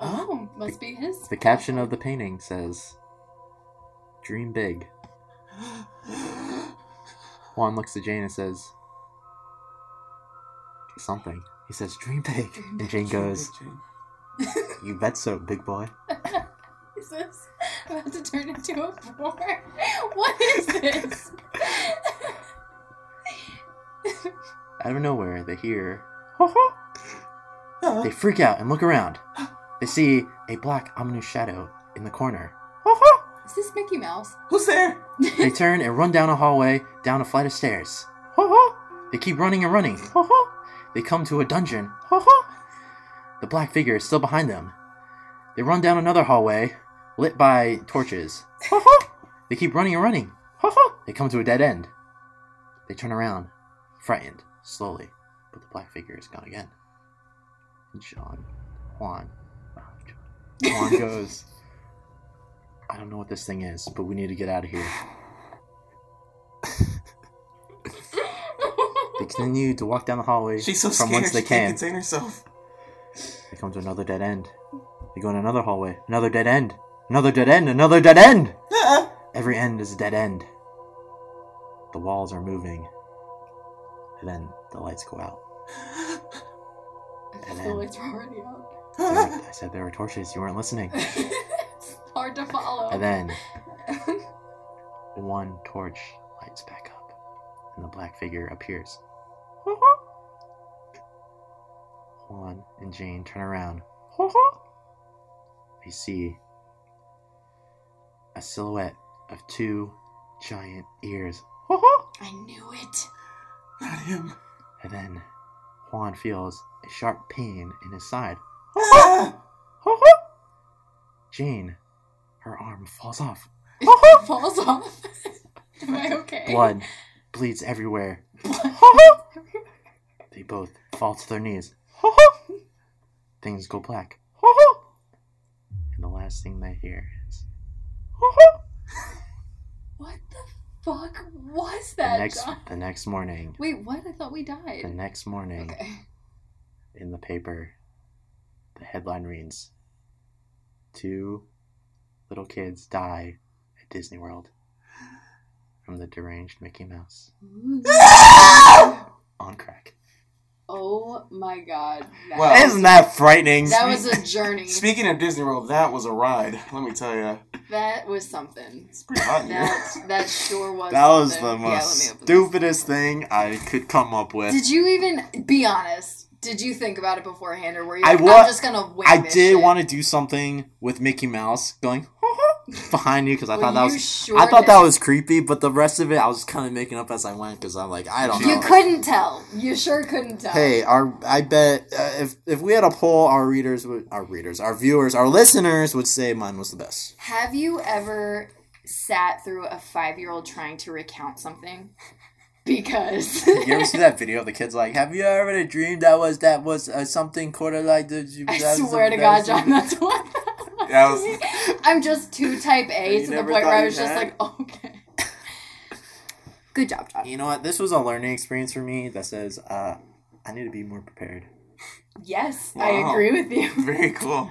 [SPEAKER 3] Oh, must be his.
[SPEAKER 2] The caption of the painting says, Dream big. Juan looks to Jane and says, Something. He says, Dream big. And Jane goes, You bet so, big boy.
[SPEAKER 3] Is this about to turn into a porn? What is this?
[SPEAKER 2] Out of nowhere, they hear,
[SPEAKER 1] Uh-uh.
[SPEAKER 2] They freak out and look around. They see a black, ominous shadow in the corner. Oh,
[SPEAKER 3] is this Mickey Mouse?
[SPEAKER 1] Who's there?
[SPEAKER 2] They turn and run down a hallway, down a flight of stairs. Ho ho! They keep running and running. Ho ho! They come to a dungeon. Ho ho! The black figure is still behind them. They run down another hallway, lit by torches. Ho ho! They keep running and running. Ho ho! They come to a dead end. They turn around, frightened, slowly, but the black figure is gone again. And John, Juan, oh, John. Juan goes. I don't know what this thing is, but we need to get out of here. They continue to walk down the hallway
[SPEAKER 1] She's so
[SPEAKER 2] from
[SPEAKER 1] scared.
[SPEAKER 2] whence they
[SPEAKER 1] she can't
[SPEAKER 2] came.
[SPEAKER 1] contain herself.
[SPEAKER 2] They come to another dead end. They go in another hallway, another dead end, another dead end, another dead end.
[SPEAKER 1] Ah.
[SPEAKER 2] Every end is a dead end. The walls are moving. And then the lights go out.
[SPEAKER 3] I feel like it's already out.
[SPEAKER 2] They're like, I said there were torches. You weren't listening.
[SPEAKER 3] it's hard to follow.
[SPEAKER 2] And then one torch lights back up, and the black figure appears. Juan and Jane turn around. They see a silhouette of two giant ears.
[SPEAKER 3] I knew it.
[SPEAKER 1] Not him.
[SPEAKER 2] And then Juan feels a sharp pain in his side.
[SPEAKER 1] Ah.
[SPEAKER 2] Jane, her arm falls off.
[SPEAKER 3] It falls off. Am I okay?
[SPEAKER 2] Blood bleeds everywhere. They both fall to their knees. Things go black. And the last thing they hear is
[SPEAKER 3] What the fuck was
[SPEAKER 2] the
[SPEAKER 3] that,
[SPEAKER 2] next
[SPEAKER 3] John?
[SPEAKER 2] the next morning.
[SPEAKER 3] Wait, what? I thought we
[SPEAKER 2] The
[SPEAKER 3] died.
[SPEAKER 2] next morning
[SPEAKER 3] Okay.
[SPEAKER 2] in the paper the headline reads two little kids die at Disney World from the deranged Mickey Mouse on crack.
[SPEAKER 3] Oh my god. That,
[SPEAKER 1] Well-
[SPEAKER 2] Isn't that frightening?
[SPEAKER 3] that was a journey.
[SPEAKER 1] Speaking of Disney World, that was a ride. Let me tell you,
[SPEAKER 3] that was something.
[SPEAKER 1] it's pretty hot in here.
[SPEAKER 3] That, that sure was
[SPEAKER 2] That was the
[SPEAKER 3] something. Yeah,
[SPEAKER 2] most
[SPEAKER 3] let me open this.
[SPEAKER 2] stupidest thing I could come up with.
[SPEAKER 3] Did you even be honest? Did you think about it beforehand, or were you?
[SPEAKER 2] I
[SPEAKER 3] Like,
[SPEAKER 2] wa-
[SPEAKER 3] I'm just gonna wing.
[SPEAKER 2] I
[SPEAKER 3] this
[SPEAKER 2] did
[SPEAKER 3] shit?
[SPEAKER 2] want to do something with Mickey Mouse going behind you because I
[SPEAKER 3] Well,
[SPEAKER 2] thought that
[SPEAKER 3] you
[SPEAKER 2] was
[SPEAKER 3] sure
[SPEAKER 2] I thought that
[SPEAKER 3] did.
[SPEAKER 2] was creepy, but the rest of it I was kind of making up as I went because I'm like I don't
[SPEAKER 3] You
[SPEAKER 2] know.
[SPEAKER 3] couldn't tell. You sure couldn't tell.
[SPEAKER 2] Hey, our I bet uh, if if we had a poll, our readers would our readers, our viewers, our listeners would say mine was the best.
[SPEAKER 3] Have you ever sat through a five-year-old trying to recount something? Because
[SPEAKER 2] You ever see that video of the kids like, "Have you ever had a dream that was that was uh, something quarter like that?" you-
[SPEAKER 3] I
[SPEAKER 2] that was-
[SPEAKER 3] swear to
[SPEAKER 2] that
[SPEAKER 3] God,
[SPEAKER 2] was-
[SPEAKER 3] John, that's what.
[SPEAKER 1] That was-
[SPEAKER 3] I'm just too type A
[SPEAKER 1] You
[SPEAKER 3] to the
[SPEAKER 1] never
[SPEAKER 3] point
[SPEAKER 1] thought
[SPEAKER 3] where I was
[SPEAKER 1] you
[SPEAKER 3] just
[SPEAKER 1] had
[SPEAKER 3] like, okay. Good job, John.
[SPEAKER 2] You know what? This was a learning experience for me that says uh, I need to be more prepared.
[SPEAKER 3] Yes, I
[SPEAKER 1] Wow.
[SPEAKER 3] agree with you.
[SPEAKER 1] Very cool.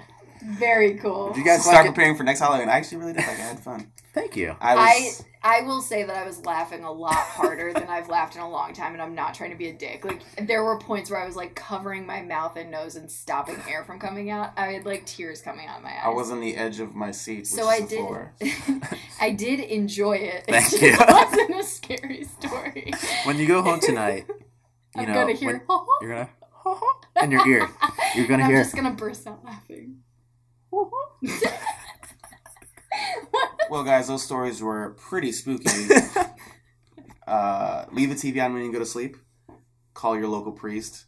[SPEAKER 3] Very cool.
[SPEAKER 2] Did you guys
[SPEAKER 1] Start
[SPEAKER 2] like it?
[SPEAKER 1] preparing for next Halloween. I actually really did like. it. I had fun.
[SPEAKER 2] Thank you.
[SPEAKER 1] I
[SPEAKER 3] I
[SPEAKER 1] was.
[SPEAKER 3] I will say that I was laughing a lot harder than I've laughed in a long time, and I'm not trying to be a dick. Like there were points where I was like covering my mouth and nose and stopping air from coming out. I had like tears coming out of my eyes.
[SPEAKER 1] I, was on the edge of my seat. Which
[SPEAKER 3] so
[SPEAKER 1] is
[SPEAKER 3] I
[SPEAKER 1] the
[SPEAKER 3] did.
[SPEAKER 1] Floor.
[SPEAKER 3] I did enjoy it. It
[SPEAKER 2] Thank
[SPEAKER 3] just
[SPEAKER 2] you.
[SPEAKER 3] wasn't a scary story.
[SPEAKER 2] When you go home tonight, you
[SPEAKER 3] I'm
[SPEAKER 2] know
[SPEAKER 3] gonna
[SPEAKER 2] when-
[SPEAKER 3] hear
[SPEAKER 2] you're gonna in your ear. You're
[SPEAKER 3] and
[SPEAKER 2] gonna
[SPEAKER 3] I'm
[SPEAKER 2] hear.
[SPEAKER 3] just gonna burst out laughing.
[SPEAKER 1] Well, guys, those stories were pretty spooky. uh, leave the TV on when you go to sleep. Call your local priest.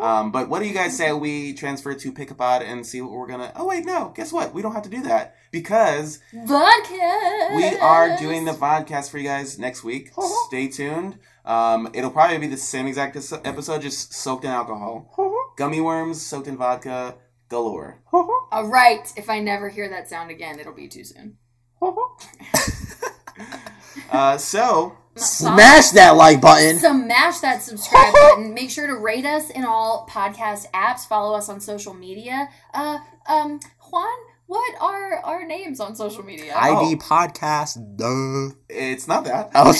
[SPEAKER 1] Um, but what do you guys say we transfer to Pickapod and see what we're gonna? Oh wait, no. Guess what? We don't have to do that because
[SPEAKER 3] Vodcast.
[SPEAKER 1] we are doing the podcast for you guys next week. Stay tuned. Um, it'll probably be the same exact es- episode, just soaked in alcohol, gummy worms soaked in vodka galore.
[SPEAKER 3] All right. If I never hear that sound again, it'll be too soon.
[SPEAKER 1] Uh, so
[SPEAKER 2] Smash that like button.
[SPEAKER 3] Smash that subscribe button. Make sure to rate us in all podcast apps. Follow us on social media. Uh, um, Juan, what are our names on social media?
[SPEAKER 2] ID podcast. Duh.
[SPEAKER 1] it's not that.
[SPEAKER 2] Oh,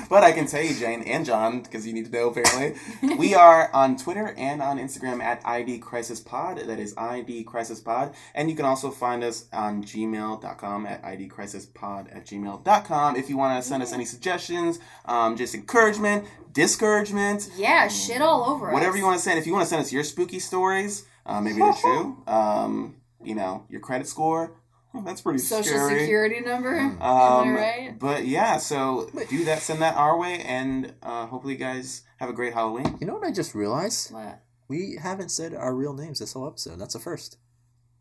[SPEAKER 1] but, but I can tell you, Jane and John, because you need to know apparently, we are on Twitter and on Instagram at ID Crisis Pod. That is ID Crisis Pod. And you can also find us on gmail.com at ID Crisis Pod at gmail.com if you want to
[SPEAKER 3] Mm-hmm.
[SPEAKER 1] send us any suggestions, um, just encouragement, discouragement,
[SPEAKER 3] yeah, shit all over us.
[SPEAKER 1] whatever you want to send. If you want to send us your spooky stories, uh, maybe they're true, um, you know, your credit score. oh, That's pretty
[SPEAKER 3] Social
[SPEAKER 1] scary.
[SPEAKER 3] security number. Am I
[SPEAKER 1] Um,
[SPEAKER 3] right?
[SPEAKER 1] But yeah, so do that, send that our way, and uh, hopefully, you guys have a great Halloween.
[SPEAKER 2] You know what I just realized?
[SPEAKER 3] What?
[SPEAKER 2] We haven't said our real names this whole episode. That's a first.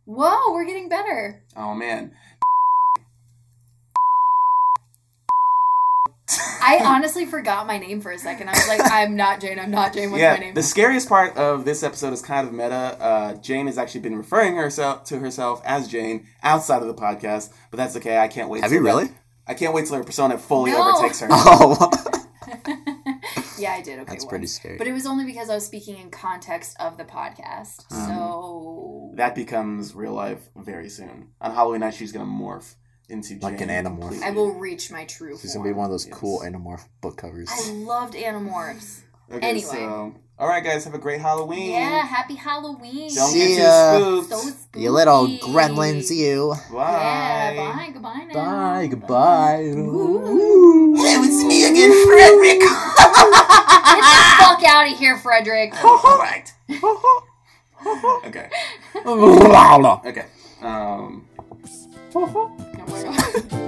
[SPEAKER 3] Whoa, we're getting better.
[SPEAKER 1] Oh man,
[SPEAKER 3] I honestly forgot my name for a second. I was like, I'm not Jane. I'm not Jane. What's my
[SPEAKER 1] yeah.
[SPEAKER 3] name?
[SPEAKER 1] The scariest part of this episode is kind of meta. Uh, Jane has actually been referring herself to herself as Jane outside of the podcast, but that's okay. I can't wait.
[SPEAKER 2] Have
[SPEAKER 1] till
[SPEAKER 2] you
[SPEAKER 1] that-
[SPEAKER 2] really?
[SPEAKER 1] I can't wait till her persona fully
[SPEAKER 3] No.
[SPEAKER 1] overtakes her.
[SPEAKER 2] Oh,
[SPEAKER 3] yeah, I did. Okay,
[SPEAKER 2] that's
[SPEAKER 3] once.
[SPEAKER 2] pretty scary.
[SPEAKER 3] But it was only because I was speaking in context of the podcast. so
[SPEAKER 1] That becomes real life very soon. On Halloween night, she's gonna morph into
[SPEAKER 2] Like
[SPEAKER 1] Jane
[SPEAKER 2] an Animorph.
[SPEAKER 1] completely.
[SPEAKER 3] I will reach my true
[SPEAKER 2] She's
[SPEAKER 3] form.
[SPEAKER 2] gonna be one of those
[SPEAKER 1] Yes.
[SPEAKER 2] cool Animorph book covers.
[SPEAKER 3] I loved Animorphs.
[SPEAKER 1] Okay,
[SPEAKER 3] Anyway.
[SPEAKER 1] so all right, guys, have a great Halloween.
[SPEAKER 3] Yeah, happy Halloween.
[SPEAKER 1] Don't get
[SPEAKER 2] See
[SPEAKER 1] too
[SPEAKER 2] ya.
[SPEAKER 1] spooked.
[SPEAKER 3] So spooky.
[SPEAKER 2] You little gremlins, you.
[SPEAKER 3] Yeah, bye. Goodbye now.
[SPEAKER 2] Bye. Goodbye.
[SPEAKER 3] Ooh.
[SPEAKER 5] Hello, it's me again, Frederick.
[SPEAKER 3] Get the fuck out of here, Frederick.
[SPEAKER 5] All right.
[SPEAKER 1] Okay.
[SPEAKER 2] Blah, blah.
[SPEAKER 1] Okay. Um.
[SPEAKER 3] Oh my God.